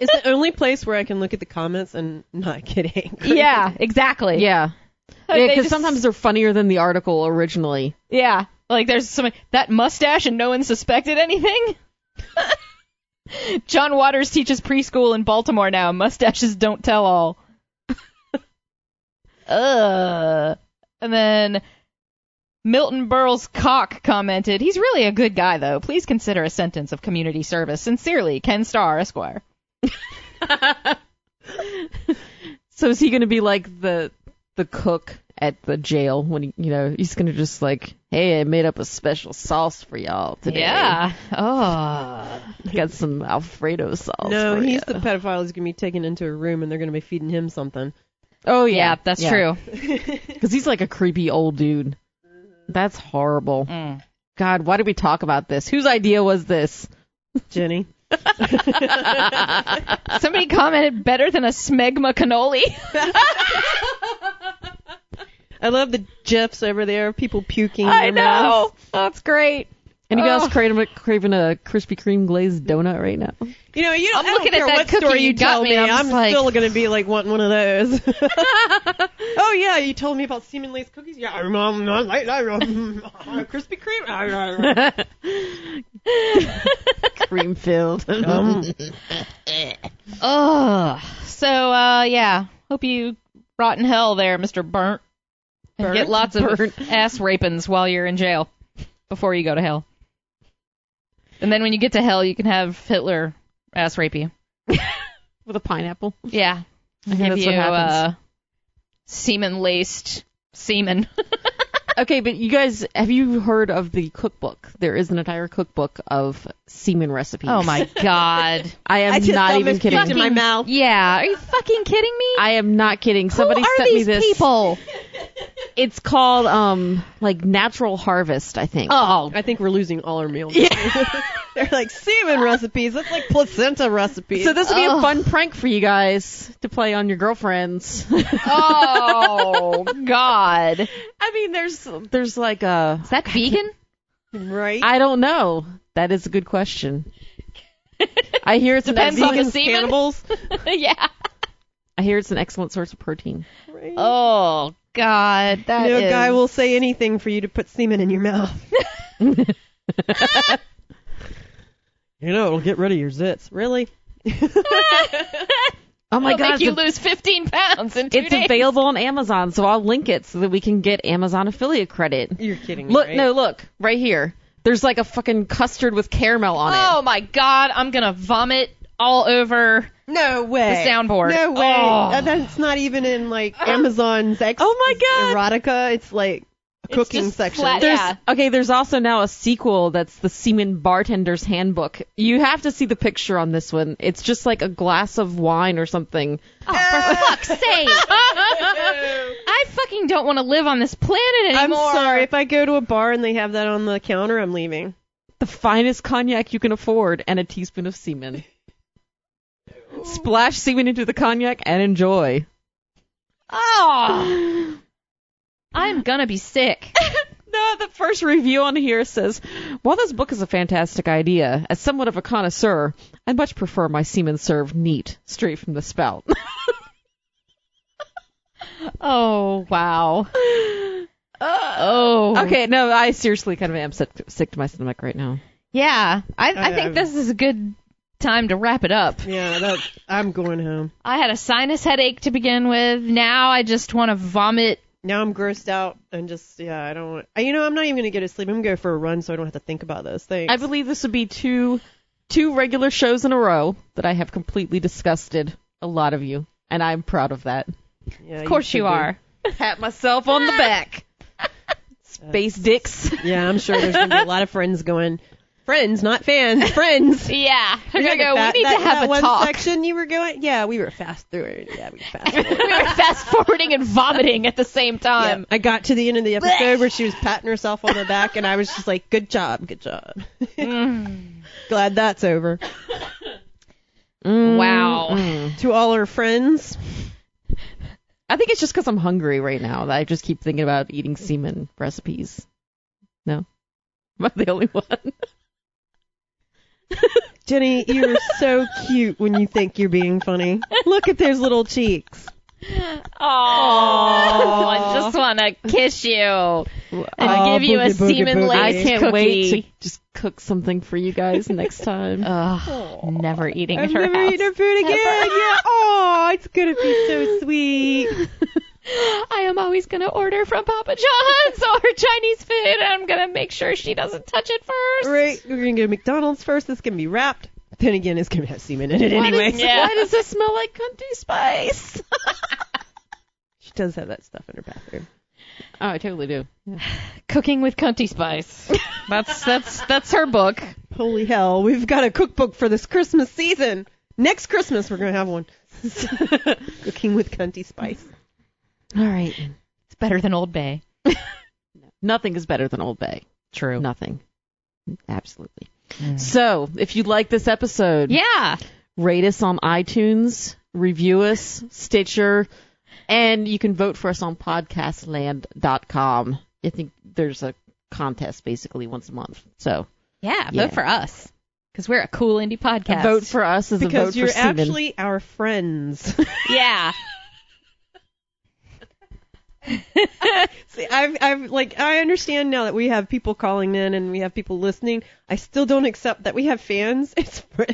S1: It's the only place where I can look at the comments and not get angry.
S3: yeah, exactly.
S2: yeah
S3: They
S2: yeah because
S3: just-
S2: sometimes they're funnier than the article originally
S3: Yeah. Like there's some that mustache and no one suspected anything. John Waters teaches preschool in Baltimore now. Mustaches don't tell all. Ugh. And then Milton Berle's cock commented, "He's really a good guy though. Please consider a sentence of community service. Sincerely, Ken Starr, Esquire."
S2: So is he going to be like the the cook at the jail when he, you know he's going to just like, hey, I made up a special sauce for y'all today.
S3: Yeah. Oh.
S2: I got some Alfredo sauce.
S1: No,
S2: for
S1: he's
S2: ya."
S1: the pedophile who's gonna be taken into a room and they're gonna be feeding him something.
S2: Oh yeah,
S3: Yeah, that's true.
S2: Because he's like a creepy old dude. That's horrible.
S3: Mm-hmm. Mm.
S2: God, why did we talk about this? Whose idea was this?
S1: Jenny.
S3: Somebody commented better than a smegma cannoli.
S1: I love the gifs over there of people puking.
S3: I
S1: in their mouths.
S3: know. That's great.
S2: And you
S1: Oh.
S2: guys craving a, craving a Krispy Kreme glazed donut right now?
S1: You know, you don't,
S3: I'm
S1: I don't
S3: looking at
S1: care
S3: that
S1: what
S3: cookie
S1: story
S3: you
S1: you,
S3: got
S1: tell
S3: me,
S1: me.
S3: I'm
S1: I'm,
S3: just like-
S1: still going to be like wanting one of those. oh yeah, you told me about semen laced cookies. Yeah, I'm um, not like that. um, uh, Krispy Kreme. Uh, uh, uh.
S2: Cream filled.
S3: Ugh. So, uh, yeah. Hope you rot in hell there, Mr. Burnt. And
S2: Burnt,
S3: get lots of
S2: burnt.
S3: ass rapings while you're in jail before you go to hell. And then when you get to hell, you can have Hitler ass rape you.
S2: With a pineapple.
S3: Yeah.
S2: I hear
S3: Give
S2: that's
S3: you,
S2: what happens.
S3: Uh, semen laced semen.
S2: okay, but you guys, have you heard of the cookbook? There is an entire cookbook of semen recipes.
S3: Oh my god.
S2: I am not even kidding.
S1: mouth.
S3: Yeah. Are you fucking kidding me?
S2: I am not kidding. Somebody
S3: are
S2: sent
S3: these
S2: me this.
S3: people?
S2: It's called um like Natural Harvest, I think.
S3: Oh,
S1: I think we're losing all our meals. They're like semen recipes. That's like placenta recipes.
S2: So this would be
S1: Ugh.
S2: a fun prank for you guys to play on your girlfriends.
S3: Oh God.
S2: I mean, there's there's like a is
S3: that vegan?
S1: Right.
S2: I don't know. That is a good question. I hear it's
S3: Depends
S2: an
S3: on
S2: excellent,
S3: the semen. yeah.
S2: I hear it's an excellent source of protein.
S3: Oh God. That
S1: you know, a guy
S3: is-
S1: will say anything for you to put semen in your mouth. you know, it'll get rid of your zits. Really?
S2: Oh my
S3: It'll
S2: god,
S3: Make you
S2: it's,
S3: lose 15 pounds in two
S2: it's
S3: days.
S2: available on Amazon, so I'll link it so that we can get Amazon affiliate credit.
S1: You're kidding me.
S2: Look,
S1: right?
S2: no, look right here. There's like a fucking custard with caramel on it.
S3: Oh my God. I'm gonna vomit all over.
S1: No way.
S3: The soundboard.
S1: No way.
S3: Oh.
S1: That- That's not even in like Amazon's ex- oh my god erotica. It's like a cooking
S2: just
S1: section.
S3: flat-
S2: There's,
S3: Yeah.
S2: Okay, there's also now a sequel that's the Seaman Bartender's Handbook. You have to see the picture on this one. It's just like a glass of wine or something.
S3: Oh, For fuck's sake. I fucking don't want to live on this planet
S1: I'm
S3: anymore.
S1: sorry if I go to a bar and they have that on the counter. I'm leaving.
S2: The finest cognac you can afford and a teaspoon of semen. Splash semen into the cognac and enjoy.
S3: Oh. I'm gonna be sick.
S2: No, the first review on here says, While this book is a fantastic idea, as somewhat of a connoisseur, I much prefer my semen served neat, straight from the spout.
S3: Oh wow. oh.
S2: okay, no, I seriously kind of am sick, sick to my stomach right now.
S3: Yeah. I, I
S1: I-
S3: think
S1: I'm-
S3: this is a good time to wrap it up.
S1: Yeah, that I'm going home.
S3: I had a sinus headache to begin with. Now I just want to vomit.
S1: Now I'm grossed out and just yeah, I don't want. I- You know, I'm not even gonna go to sleep. I'm gonna go for a run so I don't have to think about those things.
S2: I believe this would be two two regular shows in a row that I have completely disgusted a lot of you, and I'm proud of that.
S1: Yeah,
S3: Of course you
S1: should be.
S3: are.
S2: Pat myself on the back. Space dicks.
S1: Yeah, I'm sure there's gonna be a lot of friends going. Friends, not fans. Friends.
S3: Yeah. They're
S1: Yeah,
S3: gonna go,
S1: but that-
S3: we need
S1: that-
S3: to have
S1: that
S3: a
S1: one
S3: talk.
S1: section you were going. Yeah, we were fast through it. Yeah, we fast.
S3: we were fast forwarding and vomiting at the same
S1: Yeah,
S3: time.
S1: I got to the end of the episode where she was patting herself on the back, and I was just like, "Good job, good job."
S3: Mm.
S1: Glad that's over.
S3: Wow.
S1: To all her friends,
S2: I think it's just because I'm hungry right now that I just keep thinking about eating semen recipes. No, am I the only one?
S1: Jenny, you're so cute when you think you're being funny. Look at those little cheeks.
S3: Oh, I just want to kiss you and
S1: Aw,
S3: give you a
S1: boogie, boogie,
S3: semen
S1: boogie.
S2: I
S3: laced
S2: can't
S3: cookie.
S2: wait to just cook something for you guys next time.
S3: Uh, Ugh, never eating
S1: I've
S3: at her
S1: never
S3: house.
S1: eaten her food again. Yeah. Oh, it's gonna be so sweet.
S3: I am always gonna order from Papa John's or Chinese food, and I'm gonna make sure she doesn't touch it first.
S1: Right, we're gonna go to McDonald's first. It's gonna be wrapped. Then again, it's gonna have semen in it
S2: Why
S1: anyway.
S2: does,
S3: Yeah.
S2: why does this smell like country spice?
S1: She does have that stuff in her bathroom.
S2: Oh, I totally do.
S3: Cooking with Cunty Spice. That's that's that's her book.
S1: Holy hell, we've got a cookbook for this Christmas season. Next Christmas, we're going to have one. Cooking with cunty spice.
S2: All right.
S3: It's better than Old Bay.
S2: Nothing is better than Old Bay.
S3: True.
S2: Nothing. Absolutely. So, if you like this episode,
S3: yeah,
S2: rate us on iTunes, review us, Stitcher, and you can vote for us on podcastland.com. I think there's a contest basically once a month. So,
S3: Yeah,
S2: Yeah.
S3: vote for us because we're a cool indie podcast.
S2: A vote for us is a
S1: because
S2: vote for
S1: you're
S2: Steven.
S1: actually our friends.
S3: yeah.
S1: See, I've, I've like I understand now that we have people calling in and we have people listening. I still don't accept that we have fans. It's fr-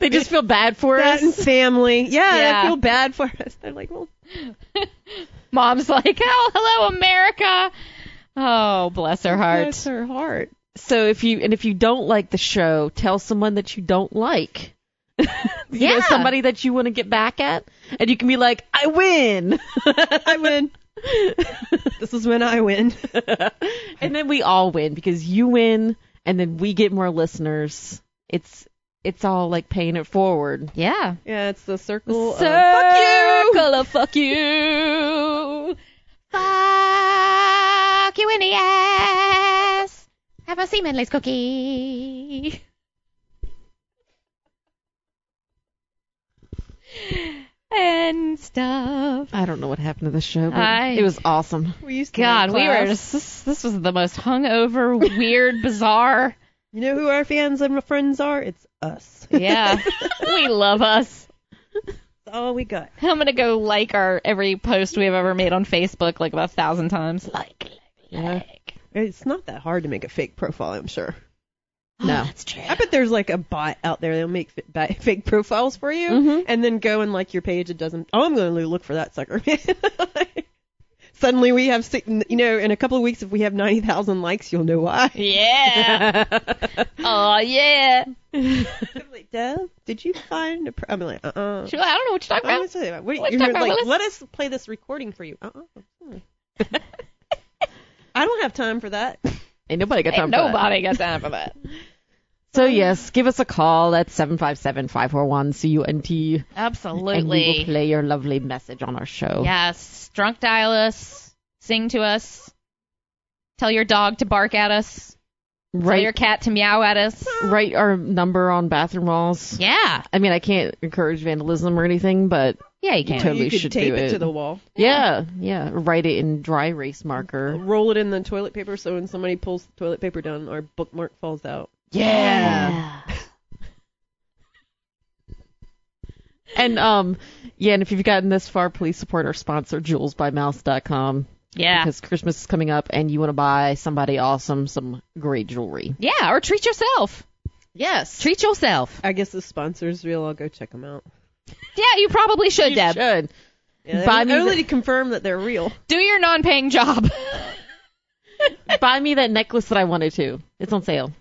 S2: they just feel bad for
S1: that
S2: us.
S1: and family. Yeah,
S3: Yeah.
S1: they feel bad for us. They're like, well,
S3: Mom's like, oh, hello, America. Oh, bless her heart.
S2: Bless
S1: her heart.
S2: So if you and if you don't like the show, tell someone that you don't like. you know,
S3: Yeah.
S2: somebody that you want to get back at, and you can be like, I win.
S1: I win. this is when I win.
S2: and then we all win because you win, and then we get more listeners. It's it's all like paying it forward. uh,
S3: Yeah.
S1: yeah, it's the circle.
S2: Circle
S1: of, fuck you.
S2: of fuck you.
S3: Fuck you in the ass. Have a Seamanless cookie. and stuff.
S2: I don't know what happened to the show, but
S3: I-
S2: it was awesome.
S1: We used to
S3: God,
S1: in
S3: we were
S1: class-
S3: just, this, this was the most hungover, weird, bizarre.
S1: You know who our fans and our friends are? It's us.
S3: Yeah. we love us.
S1: That's all we got.
S3: I'm gonna go like our every post we've ever made on Facebook like about a thousand times. Like,
S1: Yeah. It's not that hard to make a fake profile, I'm sure.
S2: No.
S3: Oh, that's true.
S1: I bet there's like a bot out there that'll make fi- bi- fake profiles for you,
S3: Mm-hmm.
S1: and then go and like your page. It doesn't. Oh, I'm going to look for that sucker. Suddenly we have, six, you know, in a couple of weeks if we have ninety thousand likes, you'll know why.
S3: Yeah. oh yeah.
S1: like, Dove, did you find a? Pro-? I'm like, uh, uh
S3: She's like, I don't know what you're talking about.
S1: What,
S3: What
S1: you're
S3: talking about,
S1: like,
S3: Willis?
S1: let us play this recording for you. Uh, uh hmm. I don't have time for that.
S2: Ain't nobody got time
S3: Ain't
S2: for that.
S3: nobody got time for that.
S2: So yes, give us a call at 757-541-CUNT and we will
S3: Absolutely.
S2: play your lovely message on our show.
S3: Yes. Drunk dial us. Sing to us. Tell your dog to bark at us. Tell
S2: Write
S3: your cat to meow at us.
S2: write our number on bathroom walls.
S3: Yeah.
S2: I mean, I can't encourage vandalism or anything, but
S3: Yeah, you
S2: you
S3: can.
S2: totally
S1: you could
S2: should
S1: tape
S2: do
S1: it.
S2: it.
S1: to the wall,
S2: yeah, yeah. Write it in dry erase marker.
S1: roll it in the toilet paper, so when somebody pulls the toilet paper down, our bookmark falls out.
S2: Yeah. and um, yeah. And if you've gotten this far, please support our sponsor, JewelsByMouse.com.
S3: Yeah.
S2: Because Christmas is coming up, and you want to buy somebody awesome some great jewelry.
S3: Yeah, or treat yourself.
S2: Yes.
S3: Treat yourself.
S1: I guess the sponsors real. I'll go check them out.
S3: Yeah, you probably should,
S2: You
S3: Deb.
S2: should.
S1: Yeah,
S2: Buy
S1: and
S2: me
S1: only
S2: the-
S1: to confirm that they're real.
S3: Do your non-paying job.
S2: buy me that necklace that I wanted to. It's on sale.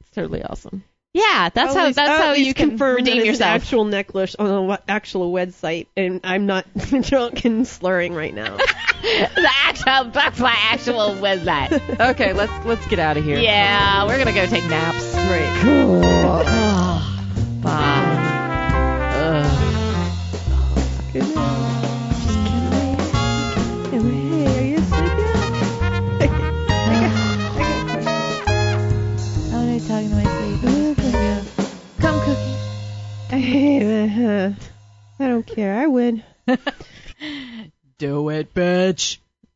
S2: It's totally awesome.
S3: Yeah, that's
S1: I'll
S3: how
S1: at least- I'll
S3: that's how
S1: at least
S3: you can
S1: confirm that
S3: redeem
S1: it's An
S3: yourself.
S1: actual necklace on an actual website, and I'm not drunk and slurring right now.
S3: the actual that's my actual website.
S2: Okay, let's let's get out of here.
S3: yeah, we're gonna go take naps.
S1: Right.
S2: Bye. Ugh.
S1: Hey, are you asleep yet?
S13: I'm not talking to my sleep. Come, cookie.
S1: I don't care. I would.
S2: Do it, bitch.